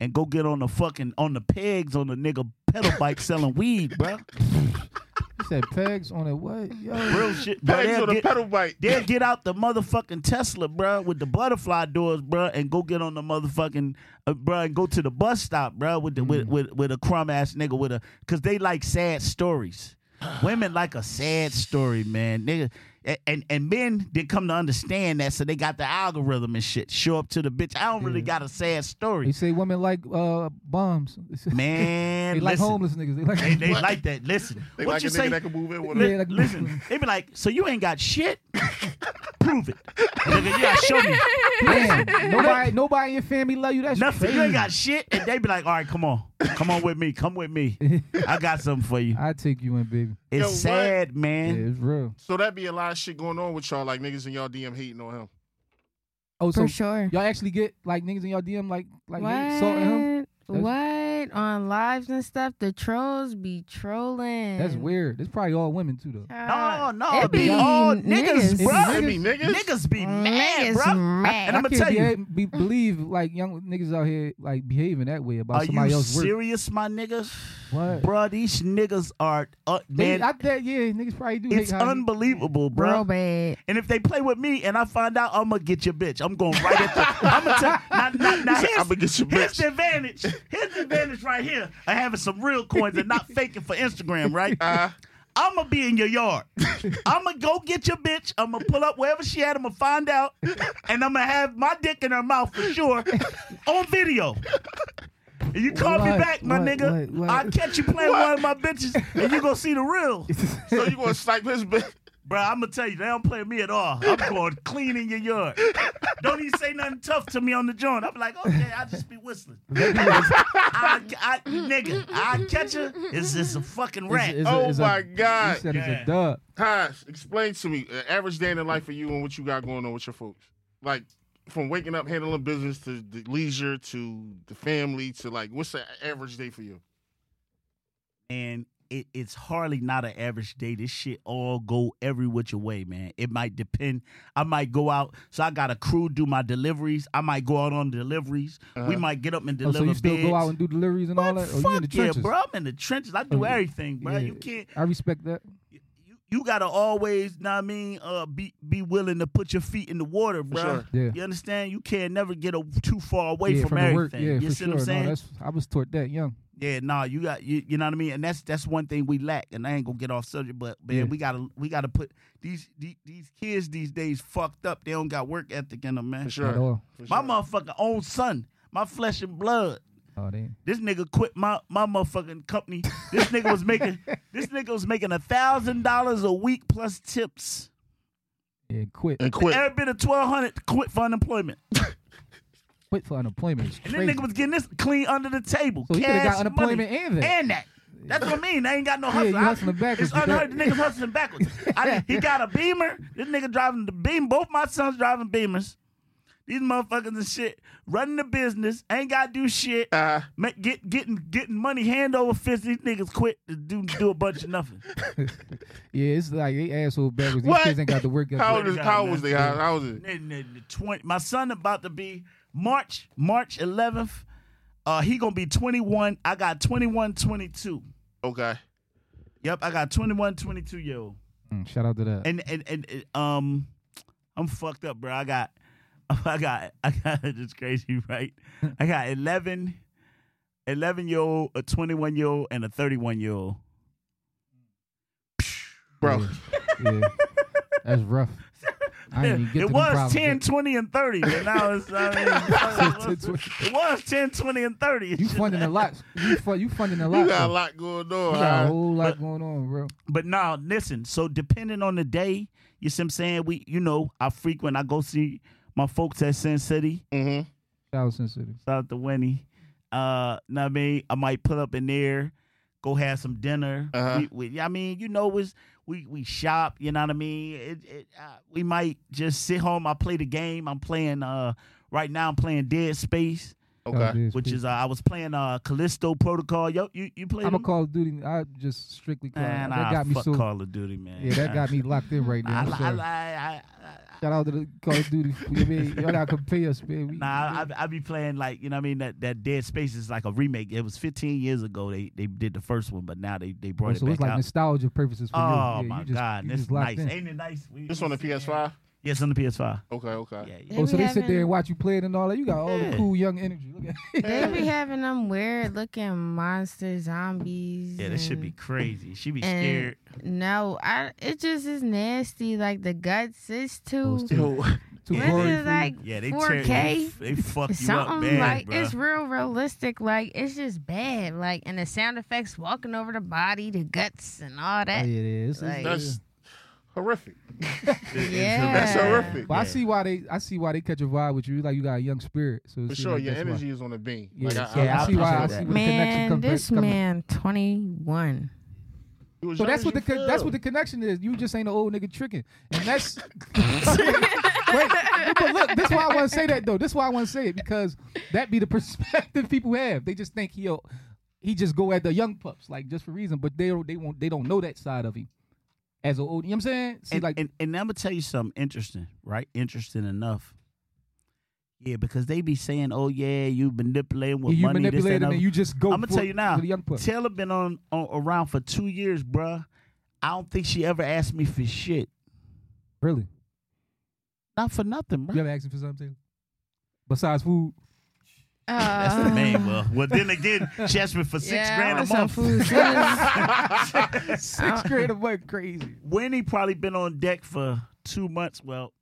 Speaker 4: and go get on the fucking on the pegs on the nigga pedal bike selling weed, bruh.
Speaker 2: you said pegs on a what? Yo.
Speaker 4: Real shit, bruh.
Speaker 3: Bags
Speaker 4: They'll
Speaker 3: on a
Speaker 4: get-
Speaker 3: pedal bike.
Speaker 4: They'll get out the motherfucking Tesla, bruh, with the butterfly doors, bruh, and go get on the motherfucking, uh, bruh, and go to the bus stop, bruh, with the with,
Speaker 2: Mm.
Speaker 4: with with a crumb ass nigga with a, cause they like sad stories. Women like a sad story, man, nigga. a- And and men they come to understand that, so they got the algorithm and shit. Show up to the bitch. I don't really got a sad
Speaker 2: You
Speaker 4: story,
Speaker 2: say women like uh bombs.
Speaker 4: man.
Speaker 2: they like
Speaker 4: listen.
Speaker 2: homeless niggas. They like.
Speaker 4: They, they like that. Listen,
Speaker 3: They
Speaker 4: what
Speaker 3: like
Speaker 4: you
Speaker 3: a nigga
Speaker 4: say?
Speaker 3: that can move in with
Speaker 4: Li-
Speaker 2: Yeah, like-
Speaker 4: listen, they be like, so you ain't got shit? Prove it. Nigga, you gotta show me.
Speaker 2: Damn, nobody, nobody in your family love you. That's
Speaker 4: Nothing.
Speaker 2: Crazy.
Speaker 4: You ain't got shit. And they be like, all right, come on. Come on with me. Come with me. I got something for you.
Speaker 2: I take you in, baby.
Speaker 4: It's
Speaker 3: what?
Speaker 4: sad,
Speaker 2: Yeah,
Speaker 4: man.
Speaker 2: it's real.
Speaker 3: So that be a lot of shit going on with y'all, like niggas in y'all DM hating on him.
Speaker 2: Oh, so
Speaker 5: For sure.
Speaker 2: y'all actually get like niggas in y'all DM like like
Speaker 5: What?
Speaker 2: salting him. That's-
Speaker 5: What? On lives and stuff, the trolls be trolling.
Speaker 2: That's weird. It's probably all women too, though.
Speaker 5: Uh,
Speaker 4: no, no.
Speaker 5: it
Speaker 4: It be all niggas,
Speaker 2: It be
Speaker 4: bruh.
Speaker 3: That be
Speaker 2: niggas.
Speaker 3: niggas.
Speaker 4: Niggas be mad,
Speaker 5: Niggas
Speaker 4: bro.
Speaker 5: mad.
Speaker 4: And I'm
Speaker 2: I
Speaker 4: gonna
Speaker 2: can't
Speaker 4: tell you.
Speaker 2: behave- be, believe like young niggas out here like behaving that way about
Speaker 4: Are
Speaker 2: somebody
Speaker 4: you
Speaker 2: else's work.
Speaker 4: serious, my niggas?
Speaker 2: What?
Speaker 4: Bruh, these niggas are uh,
Speaker 2: They,
Speaker 4: man.
Speaker 2: I bet yeah, niggas probably do.
Speaker 4: it's
Speaker 2: hate how-
Speaker 4: unbelievable, bro.
Speaker 5: Real bad.
Speaker 4: And if they play with me and I find out, I'm gonna get your bitch. I'm going right at the. I'm gonna tell. Now, now, now
Speaker 3: He said,
Speaker 4: here's,
Speaker 3: "I'ma get your
Speaker 4: here's
Speaker 3: bitch."
Speaker 4: the advantage. Here's the advantage right here of having some real coins and not faking for Instagram, right?
Speaker 3: Uh,
Speaker 4: I'm gonna be in your yard. I'm gonna go get your bitch. I'm gonna pull up wherever she at. I'm gonna find out, and I'm gonna have my dick in her mouth for sure on video. And you call me
Speaker 2: What?
Speaker 4: back, my
Speaker 2: What?
Speaker 4: nigga.
Speaker 2: What? What?
Speaker 4: I'll catch you playing one of my bitches, and you gonna see the real.
Speaker 3: so you gonna snipe his bitch?
Speaker 4: Bro, I'm gonna tell you, they don't play me at all. I'm going clean in your yard. Don't even say nothing tough to me on the joint. I'm like, okay, I'll just be whistling. I, I, nigga, I catch her. It's just a fucking rat.
Speaker 2: It's a-
Speaker 3: Oh
Speaker 2: it's a-
Speaker 3: my
Speaker 2: You
Speaker 3: god!
Speaker 2: said
Speaker 4: Yeah.
Speaker 2: it's a Oh, dub.
Speaker 3: Taj, explain to me uh, average day in the life for you and what you got going on with your folks. Like from waking up, handling business to the leisure to the family to like, what's the average day for you?
Speaker 4: and it, it's hardly not an average day. This shit all go every which way, man. It might depend. I might go out, so I got a crew do my deliveries. I might go out on deliveries. We
Speaker 3: Uh-huh.
Speaker 4: might get up and
Speaker 2: Oh,
Speaker 4: deliver
Speaker 2: so you still
Speaker 4: beds.
Speaker 2: go out and do deliveries and all that?
Speaker 4: But
Speaker 2: Or you in the
Speaker 4: fuck yeah,
Speaker 2: trenches?
Speaker 4: bro. I'm in the trenches. I do
Speaker 2: Oh, yeah.
Speaker 4: everything, bro.
Speaker 2: Yeah.
Speaker 4: You can't.
Speaker 2: I respect that.
Speaker 4: you, you gotta always, know what I mean, uh, be be willing to put your feet in the water, bro.
Speaker 3: sure.
Speaker 2: Yeah.
Speaker 4: You understand? You can't never get a, too far away
Speaker 2: yeah,
Speaker 4: from,
Speaker 2: the work.
Speaker 4: everything.
Speaker 2: Yeah,
Speaker 4: you
Speaker 2: for
Speaker 4: see
Speaker 2: sure.
Speaker 4: what I'm saying?
Speaker 2: No, that's I was taught that young.
Speaker 4: yeah, nah, you got you, you know what I mean, and that's that's one thing we lack. And I ain't gonna get off subject, but man,
Speaker 2: Yeah.
Speaker 4: we gotta we gotta put these, these these kids these days fucked up. They don't got work ethic in them, man.
Speaker 3: For
Speaker 2: At
Speaker 3: sure.
Speaker 2: all.
Speaker 3: For
Speaker 4: My
Speaker 3: sure.
Speaker 4: motherfucking own son, my flesh and blood.
Speaker 2: Oh, they.
Speaker 4: This nigga quit my my motherfucking company. This nigga was making this nigga was making a thousand dollars a week plus tips.
Speaker 2: Yeah, quit.
Speaker 3: and quit.
Speaker 4: Every bit of twelve hundred quit for unemployment,
Speaker 2: Quit for unemployment. It's
Speaker 4: and
Speaker 2: crazy.
Speaker 4: then nigga was getting this clean under the table.
Speaker 2: So he coulda
Speaker 4: cash,
Speaker 2: got unemployment
Speaker 4: money,
Speaker 2: and that.
Speaker 4: That's what I mean. They ain't got no
Speaker 2: Yeah,
Speaker 4: hustle.
Speaker 2: you
Speaker 4: I-
Speaker 2: hustling backwards
Speaker 4: It's
Speaker 2: with
Speaker 4: unheard. The
Speaker 2: that.
Speaker 4: niggas hustling backwards. I, he got a beamer. This nigga driving the beam. Both my sons driving beamers. These motherfuckers and shit running the business. Ain't got to do shit.
Speaker 3: Uh,
Speaker 4: Ma- get getting getting money hand over fist. These niggas quit to do do a bunch of nothing.
Speaker 2: yeah, it's like they asshole backwards. These
Speaker 3: What?
Speaker 2: kids ain't got to work. ethic.
Speaker 3: how old
Speaker 4: to
Speaker 3: is
Speaker 4: God,
Speaker 3: how old
Speaker 4: man.
Speaker 3: was they? How, how was it?
Speaker 4: And the- the 20 my son about to be March March 11th. Uh, he gonna be 21. I got 21, 22.
Speaker 3: Okay.
Speaker 4: Yep, I got 21, 22 year old.
Speaker 2: Mm, shout out to that.
Speaker 4: And and and and, um, I'm fucked up, bro. I got, I got, I got. It's crazy, right? I got 11, 11 year old, a 21 year old, and a 31 year old.
Speaker 3: Bro,
Speaker 2: Yeah. yeah. That's rough. I ain't even get
Speaker 4: it
Speaker 2: to
Speaker 4: was 10,
Speaker 2: ten.
Speaker 4: 20, and 30, but now it's, I mean, it, was, it was 10, 20, and 30.
Speaker 2: You funding a lot. You, fu- you funding a lot.
Speaker 3: You got a
Speaker 2: bro.
Speaker 3: lot going
Speaker 2: You
Speaker 3: on.
Speaker 2: got a
Speaker 3: huh?
Speaker 2: whole lot going on, bro.
Speaker 4: But now, listen. So depending on the day, you see, what I'm saying we, you know, I frequent. I go see my folks at Sin City.
Speaker 3: Mhm.
Speaker 2: Shout out Sin City.
Speaker 4: Shout out to Winnie. Uh, know what I mean, I might pull up in there, go have some dinner.
Speaker 3: Uh-huh.
Speaker 4: We, we, I mean, you know, it's we we shop. You know what I mean. It, it, uh, we might just sit home. I play the game. I'm playing. Uh, right now I'm playing Dead Space,
Speaker 2: Shout out
Speaker 3: Okay.
Speaker 2: to
Speaker 4: which
Speaker 2: DSP.
Speaker 4: is uh, I was playing uh Callisto Protocol. Yo, you you play?
Speaker 2: I'm a
Speaker 4: them?
Speaker 2: Call of Duty. I just strictly Call.
Speaker 4: Man,
Speaker 2: that
Speaker 4: I
Speaker 2: got me
Speaker 4: fuck
Speaker 2: so.
Speaker 4: Call of Duty, man.
Speaker 2: Yeah, that got me locked in right now.
Speaker 4: I,
Speaker 2: I'm
Speaker 4: I,
Speaker 2: sorry.
Speaker 4: I, I, I,
Speaker 2: Shout out to the Call of Duty. You mean y'all gotta compare us, man. We,
Speaker 4: Nah, I, I be playing like you know what I mean that that Dead Space is like a remake. It was 15 years ago they they did the first one, but now they they
Speaker 2: Oh,
Speaker 4: brought
Speaker 2: so
Speaker 4: it
Speaker 2: it's
Speaker 4: back
Speaker 2: like
Speaker 4: out.
Speaker 2: nostalgia purposes for you.
Speaker 4: oh
Speaker 2: Yeah,
Speaker 4: my
Speaker 2: you just,
Speaker 4: god,
Speaker 2: you
Speaker 4: this
Speaker 2: just
Speaker 4: is
Speaker 2: locked
Speaker 4: nice.
Speaker 2: in.
Speaker 4: Ain't it nice? We,
Speaker 3: This
Speaker 4: we
Speaker 3: on the
Speaker 4: sitting-
Speaker 3: PS5.
Speaker 4: Yes, on the PS5.
Speaker 3: Okay, okay.
Speaker 4: Yeah, yeah.
Speaker 5: They
Speaker 2: Oh,
Speaker 5: be
Speaker 2: so they sit
Speaker 5: having-
Speaker 2: there and watch you play it and all that. You got all
Speaker 4: Yeah.
Speaker 2: the cool young energy. Look at
Speaker 5: They
Speaker 4: Mm.
Speaker 5: be having them weird looking monster zombies.
Speaker 4: Yeah, that should be
Speaker 5: and-
Speaker 4: crazy. She be
Speaker 5: and-
Speaker 4: scared.
Speaker 5: No, I. It just is nasty. Like the guts is
Speaker 2: Oh,
Speaker 5: too.
Speaker 2: it's too- too gory.
Speaker 4: Yeah,
Speaker 5: this
Speaker 2: for
Speaker 5: is
Speaker 2: you.
Speaker 5: like
Speaker 4: Yeah, they tear-
Speaker 5: 4K.
Speaker 4: They, they fuck you up
Speaker 5: Something
Speaker 4: bad,
Speaker 5: like
Speaker 4: bruh.
Speaker 5: it's real realistic. Like it's just bad. Like and the sound effects walking over the body, the guts, and all
Speaker 2: Oh, yeah,
Speaker 5: that.
Speaker 2: it is. It's-
Speaker 5: Like-
Speaker 3: That's horrific.
Speaker 4: It's- it's-
Speaker 5: Yeah.
Speaker 3: That's horrific.
Speaker 2: But I see why they, I see why they catch a vibe with you. Like you got a young spirit, so it
Speaker 3: For
Speaker 2: seem
Speaker 3: sure,
Speaker 2: like
Speaker 3: your
Speaker 2: that's why.
Speaker 3: energy is on the beam.
Speaker 2: Yeah,
Speaker 3: Like, I,
Speaker 2: yeah,
Speaker 3: I,
Speaker 2: I see why- I
Speaker 3: appreciate that.
Speaker 2: see where the connection
Speaker 5: Man,
Speaker 2: come-
Speaker 5: this
Speaker 2: come in.
Speaker 5: man, twenty one.
Speaker 3: You was
Speaker 2: So
Speaker 3: young
Speaker 2: that's
Speaker 3: as
Speaker 2: what the
Speaker 3: you
Speaker 2: con- that's what the
Speaker 3: feel.
Speaker 2: connection is. You just ain't an old nigga tricking, and that's. Wait, but look, this why I want to say that though. This why I want to say it because that be the perspective people have. They just think he'll he just go at the young pups like just for reason, but they don't they won't they don't know that side of him as an old. You know what I'm saying? See,
Speaker 4: and,
Speaker 2: like
Speaker 4: and, and I'm gonna tell you something interesting, right? Interesting enough. Yeah, because they be saying, "Oh yeah, you manipulating with
Speaker 2: you
Speaker 4: money." this,
Speaker 2: manipulate
Speaker 4: that,
Speaker 2: him
Speaker 4: other.
Speaker 2: and you just go.
Speaker 4: I'm gonna
Speaker 2: for-
Speaker 4: tell you now.
Speaker 2: for the young pup.
Speaker 4: Taylor been on, on around for two years, bruh. I don't think she ever asked me for shit.
Speaker 2: Really?
Speaker 4: Not for nothing, bruh.
Speaker 2: You ever ask him for something? Besides food,
Speaker 4: That's the name, bro. Well, then again, she asked me for six
Speaker 5: Uh, yeah, I
Speaker 4: grand a
Speaker 5: want some
Speaker 4: month.
Speaker 5: food. Soon
Speaker 2: sixth grade of what crazy.
Speaker 4: Winnie probably been on deck for two months. Well,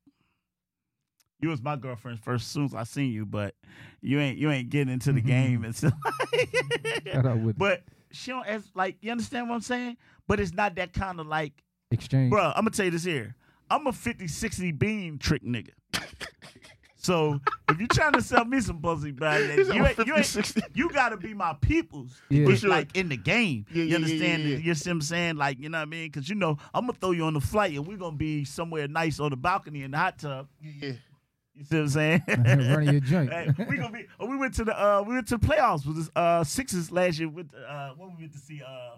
Speaker 4: you was my girlfriend first as soon as I seen you, but you ain't you ain't getting into the
Speaker 2: Mhm.
Speaker 4: game and so.
Speaker 2: Shout out with
Speaker 4: but she don't ask like you understand what I'm saying. But it's not that kind of like,
Speaker 2: exchange.
Speaker 4: bruh, I'm gonna tell you this here. I'm a 50, 60 bean trick nigga. So if you trying to sell me some pussy, bro,
Speaker 3: He's
Speaker 4: you,
Speaker 3: on
Speaker 4: ain't,
Speaker 3: 50,
Speaker 4: you, ain't,
Speaker 3: 60.
Speaker 4: you gotta be my people's.
Speaker 2: Yeah.
Speaker 4: Get,
Speaker 3: For sure.
Speaker 4: like in the game.
Speaker 3: Yeah, yeah,
Speaker 4: you understand?
Speaker 3: yeah, yeah, yeah.
Speaker 4: You see what I'm saying? Like, you know what I mean? Because you know, I'm gonna throw you on the flight and we're gonna be somewhere nice on the balcony in the hot tub.
Speaker 3: Yeah.
Speaker 4: You see what I'm saying?
Speaker 2: Running your joint.
Speaker 4: Hey, we gonna be. oh, We went to the. Uh, we went to the playoffs with the uh, Sixers last year. With uh, when we went to see uh,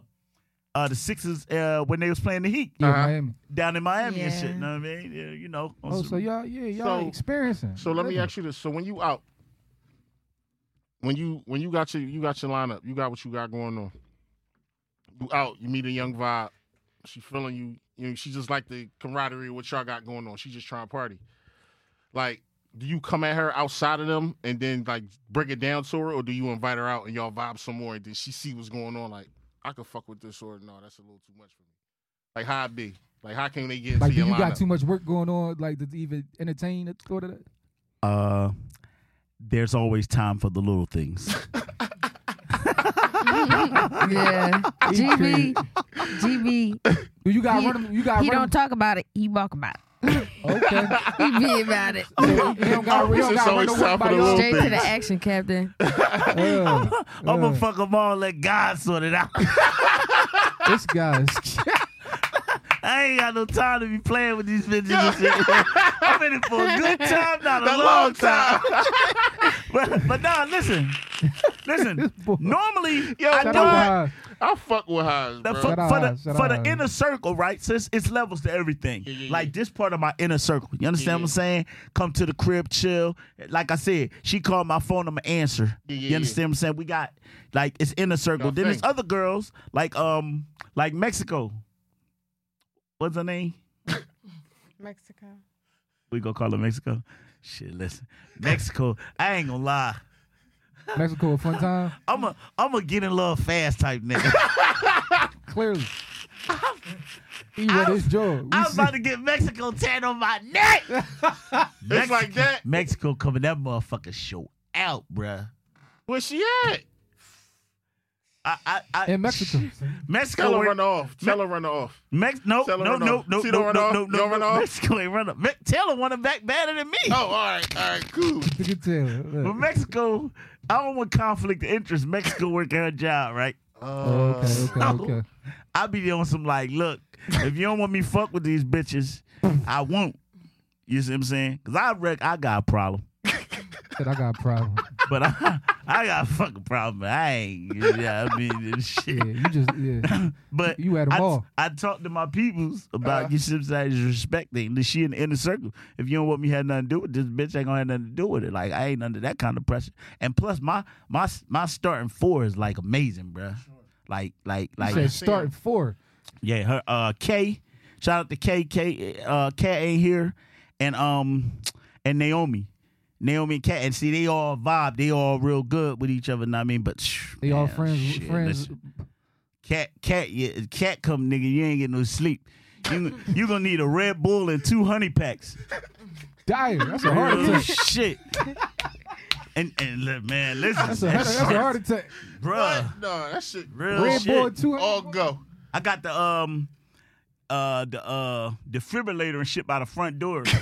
Speaker 4: uh, the Sixers uh, when they was playing the Heat
Speaker 2: yeah,
Speaker 3: Uh-huh.
Speaker 2: Miami.
Speaker 4: down in Miami and shit.
Speaker 5: Yeah.
Speaker 4: You know what I mean? Yeah, you know. on
Speaker 2: Oh,
Speaker 4: some-
Speaker 2: so y'all, yeah, y'all
Speaker 3: So-
Speaker 2: experiencing.
Speaker 3: So let me
Speaker 2: Living.
Speaker 3: ask you this: So when you out, when you when you got your you got your lineup, you got what you got going on. You out, you meet a young vibe. She feeling you. You know, she just like the camaraderie of what y'all got going on. She just trying to party. Like, do you come at her outside of them and then like break it down to her, or do you invite her out and y'all vibe some more and then she see what's going on? Like, I could fuck with this, or no, that's a little too much for me. Like, how it be? Like, how can they get into
Speaker 2: Like, do
Speaker 3: your
Speaker 2: you
Speaker 3: lineup?
Speaker 2: got too much work going on, like, to even entertain the thought of that?
Speaker 4: uh, there's always time for the little things.
Speaker 5: yeah, GB, GB.
Speaker 2: Do you got
Speaker 5: He-
Speaker 2: run? You got
Speaker 5: He
Speaker 2: run?
Speaker 5: don't talk about it. He walk about it.
Speaker 2: okay.
Speaker 5: he be about it.
Speaker 2: So you don't got, you
Speaker 3: This
Speaker 2: don't
Speaker 3: is
Speaker 2: got run
Speaker 3: always
Speaker 2: no
Speaker 3: time
Speaker 2: work
Speaker 3: for
Speaker 2: by
Speaker 3: the
Speaker 2: y'all.
Speaker 3: little
Speaker 5: Straight to the
Speaker 3: things.
Speaker 5: action, Captain.
Speaker 2: Yeah.
Speaker 4: I'm gonna
Speaker 2: Yeah.
Speaker 4: fuck them all. Let God sort it out.
Speaker 2: This guy is.
Speaker 4: I ain't got no time to be playing with these bitches. and shit. I'm in it for a good time, not a long, time. but but nah, listen, listen.
Speaker 2: Boy.
Speaker 4: Normally,
Speaker 3: Yo,
Speaker 4: I
Speaker 2: Shut
Speaker 4: know
Speaker 3: what?
Speaker 2: up,
Speaker 3: I fuck with highs,
Speaker 4: the,
Speaker 3: bro.
Speaker 4: for,
Speaker 2: Shut up,
Speaker 4: for the,
Speaker 2: shut
Speaker 4: for the
Speaker 2: up.
Speaker 4: inner circle, right? So it's, it's levels to everything.
Speaker 3: Yeah, yeah, yeah.
Speaker 4: Like this part of my inner circle. You understand what I'm saying? Come to the crib, chill. Like I said, she called my phone, I'ma answer.
Speaker 3: Yeah, yeah,
Speaker 4: you understand what I'm saying? We got like it's inner circle.
Speaker 3: Y'all
Speaker 4: then there's
Speaker 3: think.
Speaker 4: other girls like um like Mexico. What's her name?
Speaker 6: Mexico.
Speaker 4: We gonna call her Mexico. Shit, listen, Mexico. I ain't gonna lie.
Speaker 2: Mexico a fun time.
Speaker 4: I'm a I'm a get in love fast type nigga.
Speaker 2: Clearly, He want his job. We
Speaker 4: I was
Speaker 2: see-
Speaker 4: about to get Mexico tan on my neck.
Speaker 3: It's like that.
Speaker 4: Mexico coming that motherfucker show out, bruh.
Speaker 3: Where she at?
Speaker 4: I, I, I,
Speaker 2: in Mexico.
Speaker 4: Mexico,
Speaker 3: Tell her
Speaker 4: where-
Speaker 3: run off. Tell her run off.
Speaker 4: Mex- no,
Speaker 3: Tell her
Speaker 4: no,
Speaker 3: run
Speaker 4: no,
Speaker 3: off.
Speaker 4: no,
Speaker 3: See
Speaker 4: no,
Speaker 3: the
Speaker 4: no,
Speaker 3: run off?
Speaker 4: no,
Speaker 3: Don't
Speaker 4: no,
Speaker 3: run
Speaker 4: no,
Speaker 3: off?
Speaker 4: Mexico ain't run up. Me- Taylor want him back better than me.
Speaker 3: Oh, all right, all right, cool.
Speaker 2: Look at
Speaker 4: But
Speaker 2: Taylor.
Speaker 4: Mexico, I don't want conflict of interest. Mexico working her job, right?
Speaker 2: Oh, okay, okay,
Speaker 4: No.
Speaker 2: okay.
Speaker 4: I be there on some like, look, if you don't want me fuck with these bitches, I won't. You see what I'm saying? Cause I reckon I got a problem.
Speaker 2: Shit, I got a problem.
Speaker 4: But I, I got a fucking problem. I ain't you know what I mean this shit.
Speaker 2: Yeah, you just yeah.
Speaker 4: But
Speaker 2: You at 'em
Speaker 4: I,
Speaker 2: all. Uh-huh.
Speaker 4: I talked to my peoples about you see what I'm saying, is respecting that she in the inner circle. If you don't want me to have nothing to do with this bitch, I ain't gonna have nothing to do with it. Like I ain't under that kind of pressure. And plus my my my starting four is like amazing, bruh. Like like like
Speaker 2: Said starting four.
Speaker 4: Yeah, her uh K. Shout out to K K uh Kat ain't here and um and Naomi. Naomi and Kat and see they all vibe, they all real good with each other, know what I mean, but phew,
Speaker 2: They all
Speaker 4: man,
Speaker 2: friends.
Speaker 4: shit,
Speaker 2: friends.
Speaker 4: listen. Cat, cat, yeah, cat come, nigga. You ain't getting no sleep. You you gonna need a Red Bull and two honey packs.
Speaker 2: Dire. That's a heart
Speaker 4: Real
Speaker 2: attack.
Speaker 4: shit. And and look, man, listen,
Speaker 2: That's a, that's a heart attack.
Speaker 4: bruh.
Speaker 3: No, that shit.
Speaker 2: Red
Speaker 4: Real Oh, shit.
Speaker 2: Bull two.
Speaker 3: All go.
Speaker 4: I got the um uh the uh defibrillator and shit by the front door.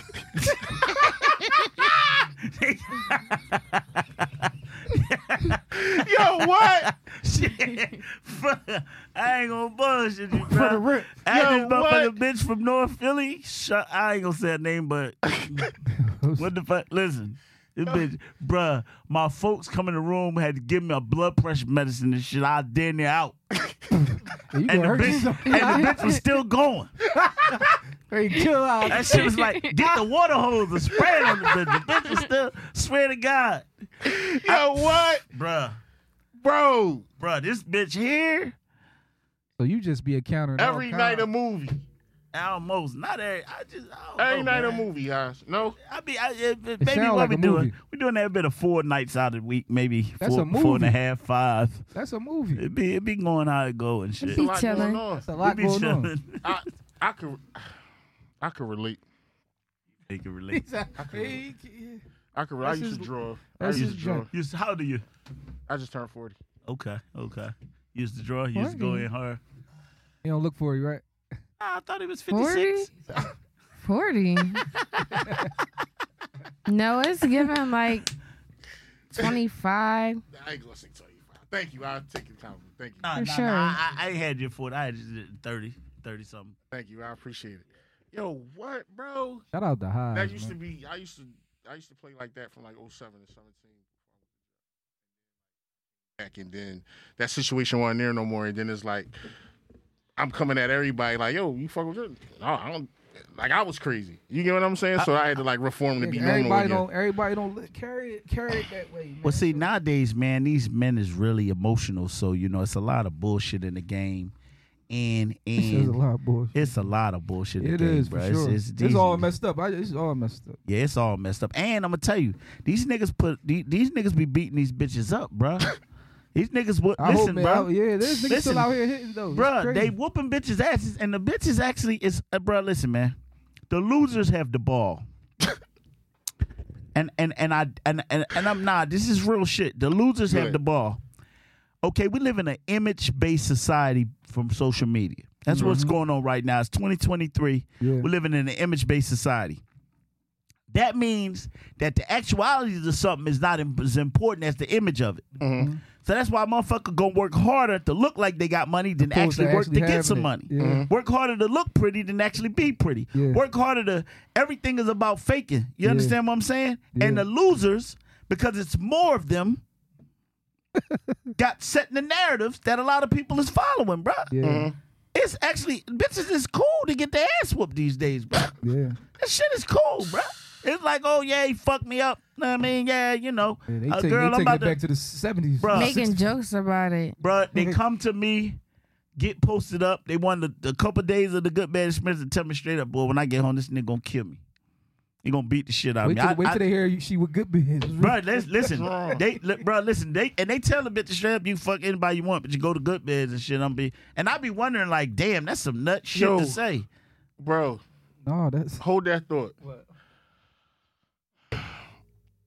Speaker 3: Yo, what?
Speaker 4: shit. Bruh, I ain't gonna bullshit you,
Speaker 2: for the
Speaker 4: bro.
Speaker 2: rent.
Speaker 4: I had
Speaker 3: Yo,
Speaker 4: this motherfucking
Speaker 3: what?
Speaker 4: bitch from North Philly. Shut, I ain't gonna say her name, but What the fuck? Listen, this bitch, bruh, my folks come in the room had to give me a blood pressure medicine and shit. I damn near out,
Speaker 2: You
Speaker 4: and
Speaker 2: gonna
Speaker 4: the
Speaker 2: hurt
Speaker 4: bitch,
Speaker 2: yourself?
Speaker 4: and the bitch was still going.
Speaker 2: Hey, chill out.
Speaker 4: That shit was like, get the water hose and spray it on the bitch. The bitch was still, swear to God,
Speaker 3: Yo, what,
Speaker 4: bruh,
Speaker 3: bro?
Speaker 4: bruh, this bitch here.
Speaker 2: So you just be encountering all
Speaker 3: Every
Speaker 2: kinds.
Speaker 3: night a movie.
Speaker 4: Almost not every. I just I don't
Speaker 3: Every
Speaker 4: know,
Speaker 3: night a
Speaker 4: man.
Speaker 3: movie, guys. No,
Speaker 4: I be I, it, it, maybe
Speaker 2: sound like
Speaker 4: what we
Speaker 2: a
Speaker 4: doing?
Speaker 2: movie.
Speaker 4: We doing that bit of four nights out of the week, maybe
Speaker 2: That's
Speaker 4: four,
Speaker 2: a
Speaker 4: four and a
Speaker 2: movie.
Speaker 4: half, five.
Speaker 2: That's a movie.
Speaker 4: It be it be going how it go and shit.
Speaker 3: There's a lot
Speaker 5: chilling.
Speaker 3: going on.
Speaker 2: That's a lot
Speaker 4: We
Speaker 2: going on.
Speaker 4: chilling.
Speaker 3: I, I could, I could relate.
Speaker 4: They can relate.
Speaker 3: I could. I
Speaker 2: That's
Speaker 3: used to
Speaker 2: his-
Speaker 3: draw. I
Speaker 2: that's
Speaker 3: used
Speaker 2: his
Speaker 3: to draw.
Speaker 2: joke.
Speaker 4: You s- how do you?
Speaker 3: I just turned forty.
Speaker 4: Okay, okay. You used to draw. You used to go
Speaker 5: Forty.
Speaker 4: in hard.
Speaker 2: You don't look for you, right?
Speaker 4: Ah, I thought he was
Speaker 5: 56.
Speaker 4: 56.
Speaker 5: 40. no, it's giving like 25.
Speaker 3: I ain't gonna say twenty-five. Thank you. I'll take your compliment. Thank you.
Speaker 4: Nah,
Speaker 5: For
Speaker 4: nah,
Speaker 5: sure.
Speaker 4: nah. I, I I ain't had you 40. I had you 30, 30 something.
Speaker 3: Thank you. I appreciate it. Yo, what, bro?
Speaker 2: Shout out to High.
Speaker 3: That used to be. I used to. I used to play like that from like 07 to seventeen. Back and then that situation wasn't there no more. And then it's like I'm coming at everybody like, yo, you fuck with it? No, I don't. Like I was crazy. You get what I'm saying? So I had to like reform to be normal
Speaker 2: everybody
Speaker 3: again.
Speaker 2: don't. Everybody don't li- carry it. Carry it that way. Man.
Speaker 4: Well, see, nowadays, man, these men is really emotional. So, you know, it's a lot of bullshit in the game. And,
Speaker 2: This is a
Speaker 4: and
Speaker 2: lot of bullshit.
Speaker 4: it's a lot of bullshit in
Speaker 2: It
Speaker 4: the game,
Speaker 2: is
Speaker 4: bro.
Speaker 2: for sure.
Speaker 4: It's,
Speaker 2: It's,
Speaker 4: it's, these-
Speaker 2: all messed up. I, it's all messed up.
Speaker 4: Yeah, it's all messed up. And I'm gonna tell you, these niggas put these, these niggas be beating these bitches up, bruh. these niggas would
Speaker 2: I
Speaker 4: listen,
Speaker 2: hope, man.
Speaker 4: bruh.
Speaker 2: I- yeah, there's niggas
Speaker 4: Listen.
Speaker 2: still out here hitting though. It's
Speaker 4: Bruh,
Speaker 2: crazy.
Speaker 4: they whooping bitches' asses, and the bitches actually is, uh, bruh, listen, man. The losers have the ball. and and and I and and, and I'm not. This is real shit. The losers have
Speaker 3: Right.
Speaker 4: the ball. Okay, we live in an image-based society from social media. That's what's going on right now. It's 2023.
Speaker 2: Mm-hmm. Yeah.
Speaker 4: We're living in an image-based society. That means that the actualities of something is not im- as important as the image of it.
Speaker 2: Mm-hmm.
Speaker 4: So that's why motherfucker gonna work harder to look like they got money than
Speaker 2: Opposed to
Speaker 4: actually work
Speaker 2: actually
Speaker 4: to
Speaker 2: having
Speaker 4: get some
Speaker 2: it.
Speaker 4: money.
Speaker 2: Yeah. Mhm.
Speaker 4: Work harder to look pretty than actually be pretty.
Speaker 2: Yeah.
Speaker 4: Work harder to everything is about faking. You
Speaker 2: Yeah.
Speaker 4: understand what I'm saying? And
Speaker 2: Yeah.
Speaker 4: the losers, because it's more of them, got setting the narratives that a lot of people is following, bruh.
Speaker 2: Yeah,
Speaker 4: Mm-hmm. It's actually bitches is cool to get their ass whooped these days, bruh.
Speaker 2: yeah.
Speaker 4: That shit is cool, bruh. It's like, oh yeah, he fucked me up. Know what I mean, yeah, you know,
Speaker 2: Yeah, they
Speaker 4: a
Speaker 2: take,
Speaker 4: Uh, girl
Speaker 2: they
Speaker 4: I'm
Speaker 2: taking
Speaker 4: about
Speaker 2: it
Speaker 4: to
Speaker 2: back to the seventies.
Speaker 4: Bruh.
Speaker 5: Making jokes about it.
Speaker 4: Bruh, They come to me, get posted up. They won the, the couple days of the good bad Smith and tell me straight up, boy, when I get home, this nigga gonna kill me. He gonna beat the shit out
Speaker 2: Wait
Speaker 4: of me.
Speaker 2: till,
Speaker 4: I-
Speaker 2: wait
Speaker 4: I-
Speaker 2: till they hear you, she with good business.
Speaker 4: Bro, let's listen.
Speaker 3: Wrong.
Speaker 4: They li- bro, listen. They and they tell the bitch to straight up, you fuck anybody you want, but you go to good beds and shit. I'm be and I be wondering like, damn, that's some nut shit
Speaker 3: Yo.
Speaker 4: to say.
Speaker 3: bro.
Speaker 2: No, that's
Speaker 3: Hold that thought.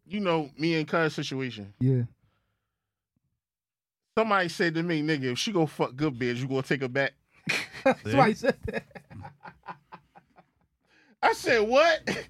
Speaker 3: You know me and Cuz situation.
Speaker 2: yeah.
Speaker 3: Somebody said to me, nigga, if she go fuck good bitch, you gonna take her back.
Speaker 2: That's why he said that.
Speaker 3: I said what?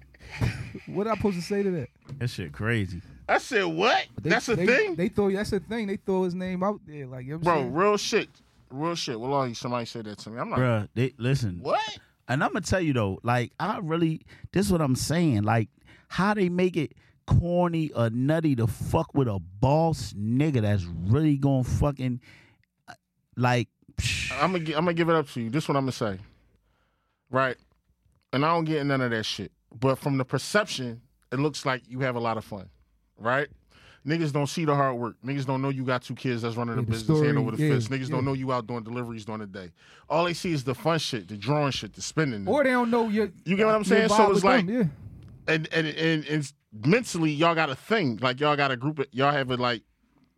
Speaker 2: What I supposed to say to that?
Speaker 4: That shit crazy.
Speaker 3: I said what?
Speaker 2: They-
Speaker 3: That's a
Speaker 2: they-
Speaker 3: thing,
Speaker 2: They throw that's a thing. They throw his name out there, like you know what
Speaker 3: bro.
Speaker 2: I'm
Speaker 3: Real shit, real shit. Well, all you somebody said that to me. I'm like,
Speaker 4: Bro, they listen.
Speaker 3: what?
Speaker 4: And I'm gonna tell you though, like I really this is what I'm saying. Like how they make it corny or nutty to fuck with a boss nigga that's really gonna fucking uh, like psh,
Speaker 3: I'm gonna gi- I'm gonna give it up to you. This is what I'm gonna say, right? And I don't get none of that shit. But from the perception, it looks like you have a lot of fun, right? Niggas don't see the hard work. Niggas don't know you got two kids that's running
Speaker 2: Yeah,
Speaker 3: the
Speaker 2: the
Speaker 3: business hand
Speaker 2: story,
Speaker 3: over the
Speaker 2: yeah,
Speaker 3: fist. Niggas
Speaker 2: yeah.
Speaker 3: don't know you out doing deliveries during the day. All they see is the fun shit, the drawing shit, the spending.
Speaker 2: saying? Or they don't know uh, you.
Speaker 3: You get what I'm saying? So it's like-
Speaker 2: them.
Speaker 3: and and and, and mentally y'all got a thing like y'all got a group of, y'all have a like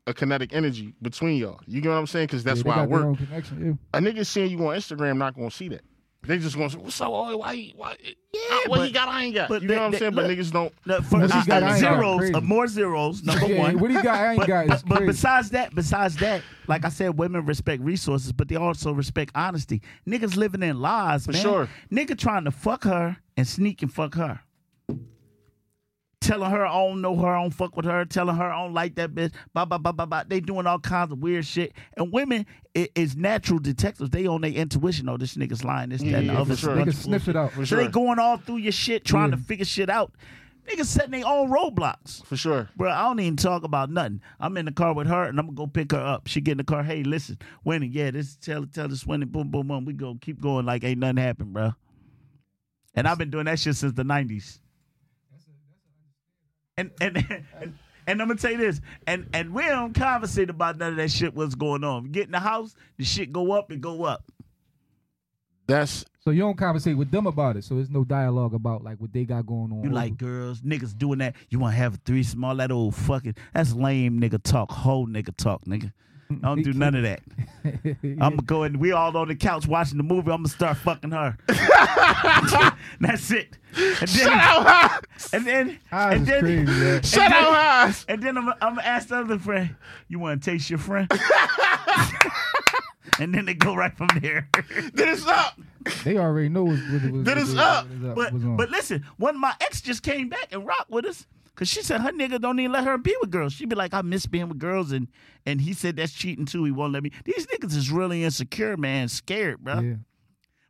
Speaker 3: a kinetic energy between y'all you get what i'm saying because
Speaker 2: yeah,
Speaker 3: that's why
Speaker 2: Yeah, they
Speaker 3: it
Speaker 2: got their own
Speaker 3: worked
Speaker 2: Connection. Yeah.
Speaker 3: a nigga seeing you on instagram not gonna see that they just gonna say what's up Oi, why you- why yeah, what
Speaker 4: but-
Speaker 3: he got i ain't got
Speaker 4: but
Speaker 3: you know
Speaker 4: they-
Speaker 3: what i'm
Speaker 4: they-
Speaker 3: saying but
Speaker 4: look-
Speaker 3: niggas don't
Speaker 4: no, for,
Speaker 2: What he
Speaker 4: uh,
Speaker 2: got, I
Speaker 4: uh,
Speaker 2: ain't got
Speaker 4: zeros,
Speaker 2: crazy.
Speaker 4: uh, more zeros. Number
Speaker 2: Yeah,
Speaker 4: one.
Speaker 2: What he got, I ain't
Speaker 4: but,
Speaker 2: got.
Speaker 4: but-
Speaker 2: is
Speaker 4: but
Speaker 2: crazy.
Speaker 4: besides that, besides that, like I said, women respect resources, but they also respect honesty. Niggas living in lies,
Speaker 3: For
Speaker 4: man.
Speaker 3: sure.
Speaker 4: Nigga trying to fuck her and sneak and fuck her. Telling her I don't know her, I don't fuck with her. Telling her I don't like that bitch. Blah blah blah blah blah. They doing all kinds of weird shit. And women i- is natural detectives. They on their intuition. Oh, this nigga's lying. This
Speaker 3: Yeah,
Speaker 4: that and the
Speaker 3: yeah,
Speaker 4: other.
Speaker 3: for sure.
Speaker 2: they
Speaker 4: bunch
Speaker 2: can
Speaker 4: of
Speaker 2: sniff
Speaker 4: bullshit.
Speaker 2: it out.
Speaker 3: for
Speaker 4: So
Speaker 3: sure
Speaker 4: they going all through your shit trying to
Speaker 2: Yeah.
Speaker 4: figure shit out. Niggas setting their own roadblocks.
Speaker 3: for sure
Speaker 4: Bro, I don't even talk about nothing. I'm in the car with her and I'm gonna go pick her up. She get in the car. Hey, listen, Winnie, yeah, this tell tell this Winnie, boom, boom, boom. We go keep going like ain't nothing happened, bro. And I've been doing that shit since the nineties. And and, and and I'm gonna tell you this, and and we don't conversate about none of that shit. What's going on? Get in the house, the shit go up and go up.
Speaker 3: that's
Speaker 2: So you don't conversate with them about it. So there's no dialogue about like what they got going on.
Speaker 4: You
Speaker 2: over-
Speaker 4: like girls, niggas doing that. You want to have a threesome, all that old fucking. That's lame nigga talk, whole nigga talk, nigga. I don't do none of that. I'm gonna go and we all on the couch watching the movie. I'm gonna start fucking her. That's it. And then, and then,
Speaker 2: Eyes
Speaker 4: and
Speaker 2: is
Speaker 4: then,
Speaker 2: crazy, man.
Speaker 4: and
Speaker 3: shut
Speaker 4: then-
Speaker 3: out eyes
Speaker 4: and then I'm, I'm gonna ask the other friend, "You want to taste your friend?" and then they go right from there.
Speaker 3: did it's up
Speaker 2: They already know what's what, what,
Speaker 3: Then it's
Speaker 2: what-
Speaker 3: up.
Speaker 2: what is up,
Speaker 4: But
Speaker 2: what's on.
Speaker 4: but listen, one of my ex just came back and rocked with us because she said her nigga don't even let her be with girls. She be like, I miss being with girls, and and he said that's cheating too. He won't let me. These niggas is really insecure, man, scared, bro.
Speaker 2: yeah.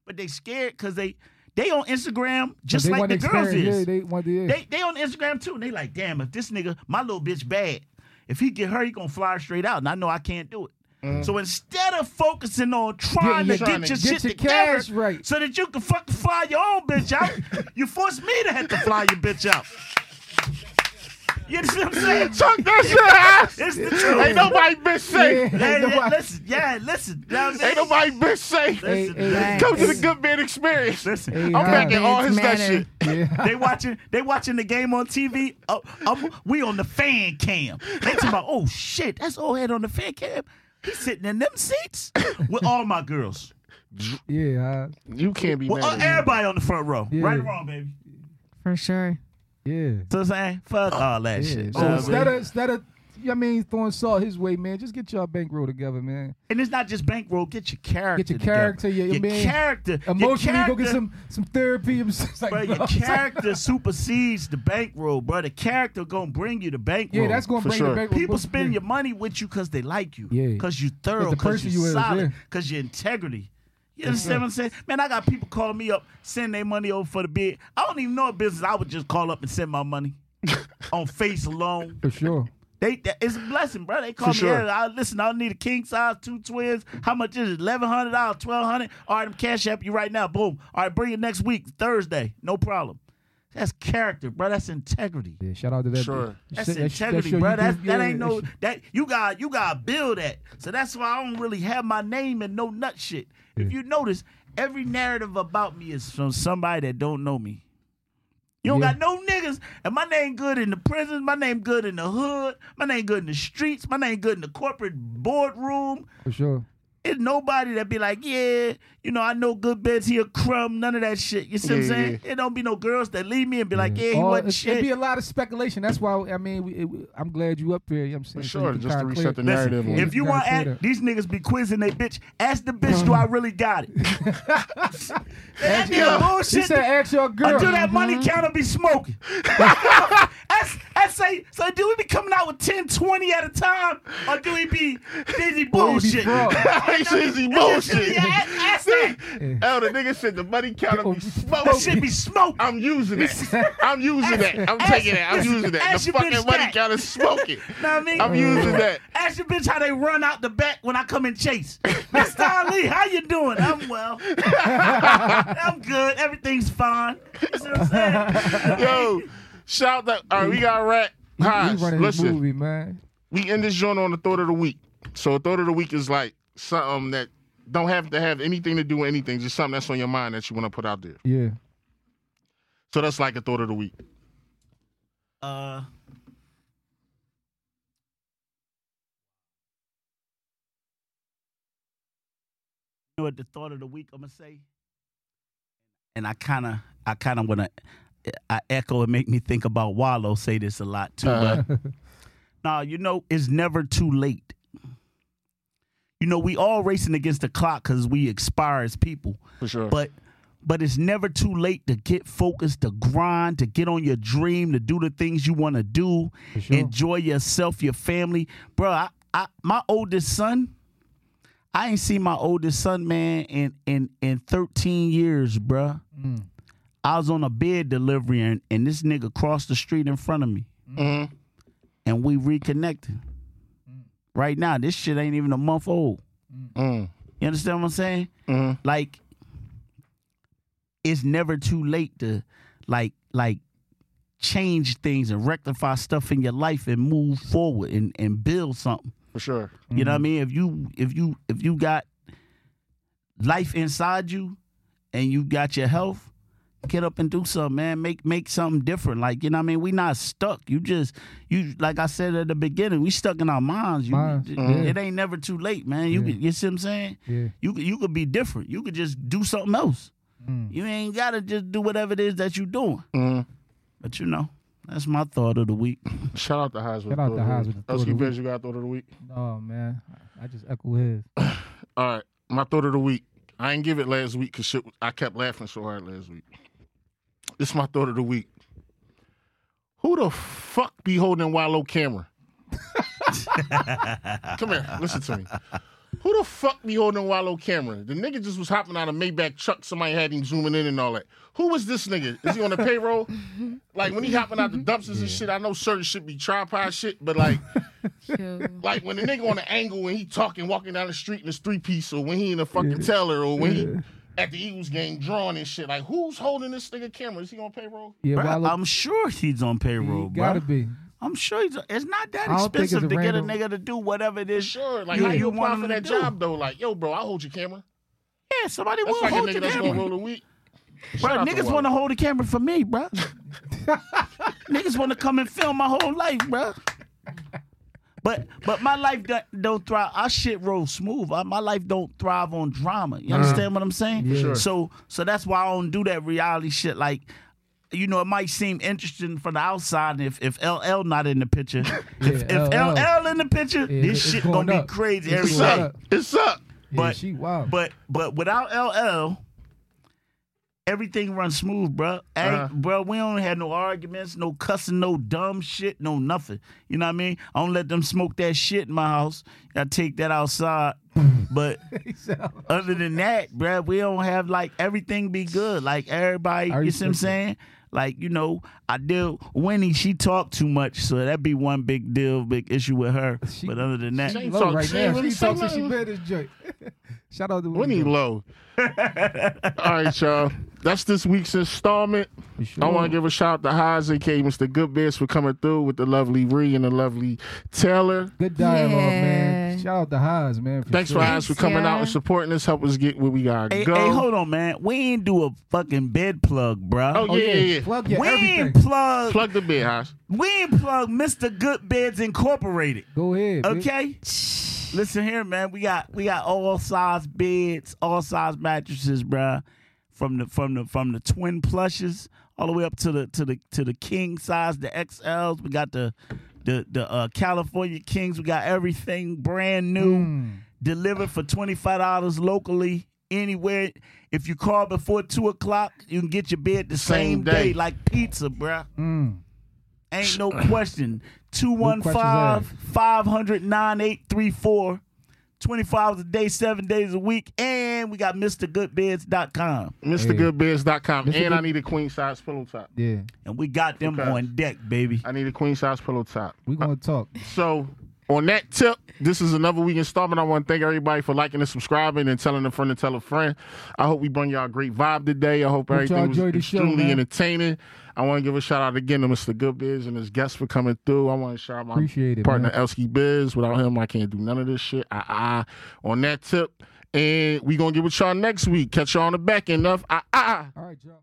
Speaker 4: But they scared because they they on Instagram
Speaker 2: But
Speaker 4: just
Speaker 2: they
Speaker 4: like
Speaker 2: want
Speaker 4: the girls
Speaker 2: experience.
Speaker 4: is.
Speaker 2: Yeah, they want the. Yeah.
Speaker 4: They they on Instagram too, and they like, damn, if this nigga, my little bitch bad. If he get her, he gonna fly her straight out, and I know I can't do it. So instead of focusing on trying
Speaker 2: Yeah,
Speaker 4: to
Speaker 3: trying
Speaker 4: get
Speaker 3: to
Speaker 4: your
Speaker 2: get
Speaker 4: shit
Speaker 2: your
Speaker 4: together,
Speaker 2: cash right.
Speaker 4: so that you can fucking fly your own bitch out, you force me to have to fly your bitch out. You understand what I'm saying?
Speaker 3: talk that shit
Speaker 4: It's the
Speaker 3: ass
Speaker 4: truth.
Speaker 3: ain't nobody bitch safe
Speaker 2: Yeah.
Speaker 4: Hey,
Speaker 2: Ain't
Speaker 4: yeah,
Speaker 2: nobody-
Speaker 4: listen, yeah, listen. You know what I'm saying?
Speaker 3: ain't nobody bitch safe
Speaker 4: Listen,
Speaker 2: Hey, hey,
Speaker 4: listen,
Speaker 2: hey.
Speaker 3: come to the good man experience
Speaker 4: listen.
Speaker 2: Hey,
Speaker 3: i'm
Speaker 2: nah.
Speaker 3: back in all his that
Speaker 5: Matter.
Speaker 3: shit
Speaker 2: yeah.
Speaker 4: They watching. They watching the game on TV. Oh, I'm- we on the fan cam. They talking about. Oh shit, that's old head on the fan cam. He's sitting in them seats with all my girls.
Speaker 2: Yeah. I-
Speaker 3: you can't be
Speaker 4: Well,
Speaker 3: mad
Speaker 4: uh,
Speaker 3: at me.
Speaker 4: everybody on the front row.
Speaker 2: Yeah.
Speaker 4: Right or wrong, baby.
Speaker 5: For sure.
Speaker 2: Yeah.
Speaker 4: So I'm saying, fuck all that
Speaker 2: Oh, Yeah.
Speaker 4: shit.
Speaker 2: So
Speaker 4: So,
Speaker 2: instead of instead of I mean throwing salt his way, man, just get y'all bankroll together, man.
Speaker 4: and it's not just bankroll. Get your character.
Speaker 2: Get your
Speaker 4: together.
Speaker 2: character, your- your man-
Speaker 4: character. your
Speaker 2: Emotionally, go
Speaker 4: character-
Speaker 2: get some some therapy. It's like,
Speaker 4: Bro,
Speaker 2: bro,
Speaker 4: your
Speaker 2: it's like-
Speaker 4: character supersedes the bankroll, bro. The character gonna bring you the bankroll.
Speaker 2: yeah, that's gonna
Speaker 3: for
Speaker 2: bring
Speaker 3: sure.
Speaker 2: the bankroll.
Speaker 4: People
Speaker 2: What's the
Speaker 4: spend
Speaker 2: thing?
Speaker 4: your money with you because they like you.
Speaker 2: Yeah.
Speaker 4: Because you thorough,
Speaker 2: the
Speaker 4: because
Speaker 2: person
Speaker 4: you
Speaker 2: you is,
Speaker 4: solid,
Speaker 2: yeah.
Speaker 4: because your integrity. You understand what I'm saying? Man, I got people calling me up, sending their money over for the bid. I don't even know a business. I would just call up and send my money on face alone.
Speaker 2: for sure.
Speaker 4: They that, it's a blessing, bro. They call me.
Speaker 3: sure.
Speaker 4: "Yeah, I listen. I need a king size, two twins. How much is it? Eleven hundred dollars, twelve hundred. All right, I'm cash app you right now. Boom. All right, bring it next week, Thursday. No problem. That's character, bro. That's integrity.
Speaker 2: Yeah, shout out to that.
Speaker 3: Sure.
Speaker 4: That's
Speaker 2: that- that
Speaker 4: integrity,
Speaker 2: show you
Speaker 4: bro.
Speaker 2: do-
Speaker 4: That's, that
Speaker 2: yeah,
Speaker 4: ain't no
Speaker 2: that
Speaker 4: that you got you got to build that. So that's why I don't really have my name and no nut shit. If you notice, every narrative about me is from somebody that don't know me. You don't
Speaker 2: Yeah.
Speaker 4: got no niggas. And my name good in the prisons. My name good in the hood. My name good in the streets. My name good in the corporate boardroom.
Speaker 2: for sure.
Speaker 4: It's nobody that be like, yeah, you know, I know good bitch. He a crumb. None of that shit. You see what I'm
Speaker 3: Yeah,
Speaker 4: saying? It don't be no girls that leave me and be like, yeah, he
Speaker 2: All-
Speaker 4: wasn't
Speaker 2: it's-
Speaker 4: shit.
Speaker 2: It'd be a lot of speculation. That's why I mean, we, it, I'm glad you up here. You know what I'm saying
Speaker 3: For
Speaker 2: So
Speaker 3: sure,
Speaker 2: you can
Speaker 3: just to
Speaker 2: kinda
Speaker 3: reset the
Speaker 2: clear-
Speaker 4: Listen,
Speaker 3: narrative.
Speaker 2: Yeah,
Speaker 3: on
Speaker 4: if
Speaker 3: it.
Speaker 4: you
Speaker 2: you
Speaker 4: want to
Speaker 2: gotta
Speaker 4: ask,
Speaker 2: clear that.
Speaker 4: these niggas be quizzing they bitch. Ask the bitch, do I really got it? that nigga
Speaker 2: She
Speaker 4: bullshit.
Speaker 2: said, "Ask your girl." Mm-hmm.
Speaker 4: Until that money counter be smoking. that's, that's say, so do we be coming out with 10, 20 at a time? Or do we be busy bullshit?
Speaker 2: fraud.
Speaker 3: That shit is bullshit.
Speaker 4: Yeah, ask that.
Speaker 3: Hell, the nigga said the money counter be
Speaker 4: That shit
Speaker 3: smoking.
Speaker 4: be smoking.
Speaker 3: I'm using that. I'm using that. I'm
Speaker 4: Ask-
Speaker 3: taking that. I'm
Speaker 4: listen,
Speaker 3: using that.
Speaker 4: ask
Speaker 3: The
Speaker 4: your bitch
Speaker 3: fucking money
Speaker 4: that.
Speaker 3: counter smoking.
Speaker 4: Know what I mean?
Speaker 3: I'm using that.
Speaker 4: Ask your bitch how they run out the back when I come and chase. Miss Lee, how you doing? I'm well. I'm good. Everything's fine. You see what I'm saying?
Speaker 3: Yo, shout out. All right, we got rat.
Speaker 2: He
Speaker 3: Hodge,
Speaker 2: running his
Speaker 3: listen.
Speaker 2: movie, man.
Speaker 3: we end this joint on the thought of the week. So a thought of the week is like something that don't have to have anything to do with anything, just something that's on your mind that you want to put out there.
Speaker 2: Yeah.
Speaker 3: So that's like a thought of the week.
Speaker 4: Uh, you know what the thought of the week I'm gonna say, and I kind of, I kind of wanna, I echo and make me think about Wallow say this a lot too.
Speaker 3: Uh-huh.
Speaker 4: But nah, you know, it's never too late. You know, we all racing against the clock because we expire as people
Speaker 3: For sure.
Speaker 4: but but it's never too late to get focused, to grind, to get on your dream, to do the things you want to do,
Speaker 2: For sure.
Speaker 4: enjoy yourself, your family, bro. I, I my oldest son, I ain't seen my oldest son man in in in thirteen years, bruh. I was on a bed delivery and, and this nigga crossed the street in front of me
Speaker 3: Mhm.
Speaker 4: and we reconnected. Right now, this shit ain't even a month old.
Speaker 3: Mm.
Speaker 4: You understand what I'm saying?
Speaker 3: Mhm.
Speaker 4: Like, it's never too late to, like, like, change things and rectify stuff in your life and move forward and, and build something.
Speaker 3: For sure.
Speaker 4: You
Speaker 2: Mm-hmm.
Speaker 4: know what I mean? If you if you if you got life inside you and you got your health, get up and do something, man. Make make something different. Like, you know what I mean? We not stuck. You just you like I said at the beginning, we stuck in our minds. You,
Speaker 2: Minds,
Speaker 4: it,
Speaker 2: yeah.
Speaker 4: it ain't never too late, man. You
Speaker 2: Yeah.
Speaker 4: could, you see what I'm saying?
Speaker 2: Yeah.
Speaker 4: You could you could be different. You could just do something else. You ain't gotta just do whatever it is that you doing.
Speaker 3: Mm.
Speaker 4: But you know, that's my thought of the week.
Speaker 3: Shout out to Haas with
Speaker 2: Shout out to Haas with the thought of the
Speaker 3: you got a thought of the week?
Speaker 2: Oh man, I just echo his.
Speaker 3: All right. My thought of the week. I ain't give it last week because shit, I kept laughing so hard last week. This is my thought of the week. Who the fuck be holding Wallow camera? Come here, listen to me. Who the fuck be holding Wallow camera? The nigga just was hopping out of Maybach truck. Somebody had him zooming in and all that. Who was this nigga? Is he on the payroll? Like when he hopping out the dumpsters and shit. I know certain shit be tripod shit, but like
Speaker 5: Shoot.
Speaker 3: like when the nigga on the angle and he talking, walking down the street in his three piece, or when he in the fucking teller, or when he at the Eagles game drawing and shit. Like who's holding this nigga camera? Is he on payroll?
Speaker 2: Yeah,
Speaker 4: Bruh,
Speaker 2: Wallow,
Speaker 4: I'm sure he's on payroll,
Speaker 2: you gotta
Speaker 4: bruh.
Speaker 2: be.
Speaker 4: I'm sure he's, it's not that
Speaker 2: I don't think it's
Speaker 4: expensive to get a
Speaker 2: random.
Speaker 4: nigga to do whatever it is.
Speaker 3: Sure. Like
Speaker 4: You-
Speaker 3: how
Speaker 4: you
Speaker 3: you apply
Speaker 4: want
Speaker 3: for
Speaker 4: him to
Speaker 3: that
Speaker 4: do.
Speaker 3: job though? Like yo, bro, I hold your camera.
Speaker 4: Yeah, somebody
Speaker 3: That's
Speaker 4: will
Speaker 3: like a
Speaker 4: hold your
Speaker 3: nigga that's gonna
Speaker 4: camera.
Speaker 3: roll the week.
Speaker 4: Bro, niggas want to hold the camera for me, bro. niggas want to come and film my whole life, bro. But but my life don't, don't thrive. I shit roll smooth. I, my life don't thrive on drama. You understand what I'm saying?
Speaker 2: For Uh-huh. sure.
Speaker 4: So so that's why I don't do that reality shit. Like, you know, it might seem interesting from the outside if if LL not in the picture. if,
Speaker 2: Yeah,
Speaker 4: if
Speaker 2: LL.
Speaker 4: LL in the picture,
Speaker 2: Yeah,
Speaker 4: this
Speaker 2: it's
Speaker 4: shit
Speaker 2: going
Speaker 4: gonna
Speaker 2: up.
Speaker 4: be crazy
Speaker 2: It's
Speaker 3: It's
Speaker 4: every
Speaker 2: going
Speaker 4: day.
Speaker 3: up.
Speaker 2: up.
Speaker 3: It's up.
Speaker 2: yeah,
Speaker 4: But
Speaker 2: she wild.
Speaker 4: but but without LL, everything runs smooth, bruh. Ain't-
Speaker 3: Uh-huh.
Speaker 4: bruh, we don't have no arguments, no cussing, no dumb shit, no nothing. You know what I mean? I don't let them smoke that shit in my house. I take that outside. but other than that, bruh, we don't have like everything be good. Like everybody,
Speaker 2: Are
Speaker 4: you
Speaker 2: you
Speaker 4: see what I'm
Speaker 2: serious?
Speaker 4: saying? Like, you know, I deal Winnie, she talk too much, so that'd be one big deal, big issue with her.
Speaker 2: She-
Speaker 4: but other than that,
Speaker 3: she-
Speaker 2: low
Speaker 3: talk-
Speaker 2: right
Speaker 3: she ain't
Speaker 2: now.
Speaker 3: really
Speaker 2: She talking
Speaker 3: say
Speaker 2: she
Speaker 3: nothing.
Speaker 2: made this joint. Shout out to
Speaker 3: When he
Speaker 2: Winnie.
Speaker 3: low. All right, y'all. That's this week's installment.
Speaker 2: For
Speaker 3: I
Speaker 2: sure.
Speaker 3: want to give a shout out to Haas, aka Mr. Good Bits, for coming through with the lovely Ree and the lovely Taylor.
Speaker 2: Good dialogue, man.
Speaker 5: Yeah.
Speaker 2: Shout out to Haas, man. For
Speaker 3: Thanks
Speaker 2: sure.
Speaker 3: for Haas for coming out
Speaker 5: yeah.
Speaker 3: and supporting us. Help us get where we gotta
Speaker 4: Hey,
Speaker 3: go.
Speaker 4: hey, hold on, man. We ain't do a fucking bed plug, bruh.
Speaker 3: Oh, yeah, yeah, yeah.
Speaker 2: Plug your
Speaker 4: we ain't
Speaker 2: everything.
Speaker 4: plug,
Speaker 3: Plug the bit, Haas.
Speaker 4: We ain't plug Mr. Good Beds Incorporated.
Speaker 2: Go ahead.
Speaker 3: Mm.
Speaker 2: bitch.
Speaker 4: Okay. Listen here, man. We got we got all size beds, all size mattresses, bruh. From the from the from the twin plushes all the way up to the to the to the king size, the XLs. We got the the the uh, California Kings. We got everything brand new
Speaker 3: Mm.
Speaker 2: Mm,
Speaker 4: delivered for twenty five dollars locally anywhere. If you call before two o'clock, you can get your bed the same,
Speaker 3: Same
Speaker 4: day.
Speaker 3: day.
Speaker 4: like pizza, bruh.
Speaker 2: Mm.
Speaker 4: Ain't no question. 215
Speaker 2: questions
Speaker 4: 500 9834. 24 hours a day, seven days a week. And we got MrGoodBeds.com.
Speaker 3: MrGoodBiz.com.
Speaker 2: Mr.
Speaker 3: And I
Speaker 2: Good-
Speaker 3: need a queen size pillow top.
Speaker 2: Yeah,
Speaker 4: And we got them
Speaker 3: Okay.
Speaker 4: on deck, baby.
Speaker 3: I need a queen size pillow top.
Speaker 2: we gonna talk.
Speaker 3: So on that tip, this is another week installment. I want to thank everybody for liking and subscribing and telling a friend to tell a friend. I hope we bring y'all a great vibe today. I hope
Speaker 2: y'all
Speaker 3: everything was
Speaker 2: enjoy the show,
Speaker 3: extremely
Speaker 2: man.
Speaker 3: entertaining. I want to give a shout out again to Mr. Good Biz and his guests for coming through. I want to shout out my
Speaker 2: Appreciate it,
Speaker 3: partner
Speaker 2: man.
Speaker 3: Elski Biz. Without him, I can't do none of this shit. I, I on that tip. And we gonna get with y'all next week. Catch y'all on the back end of I, I.
Speaker 2: All right, y'all.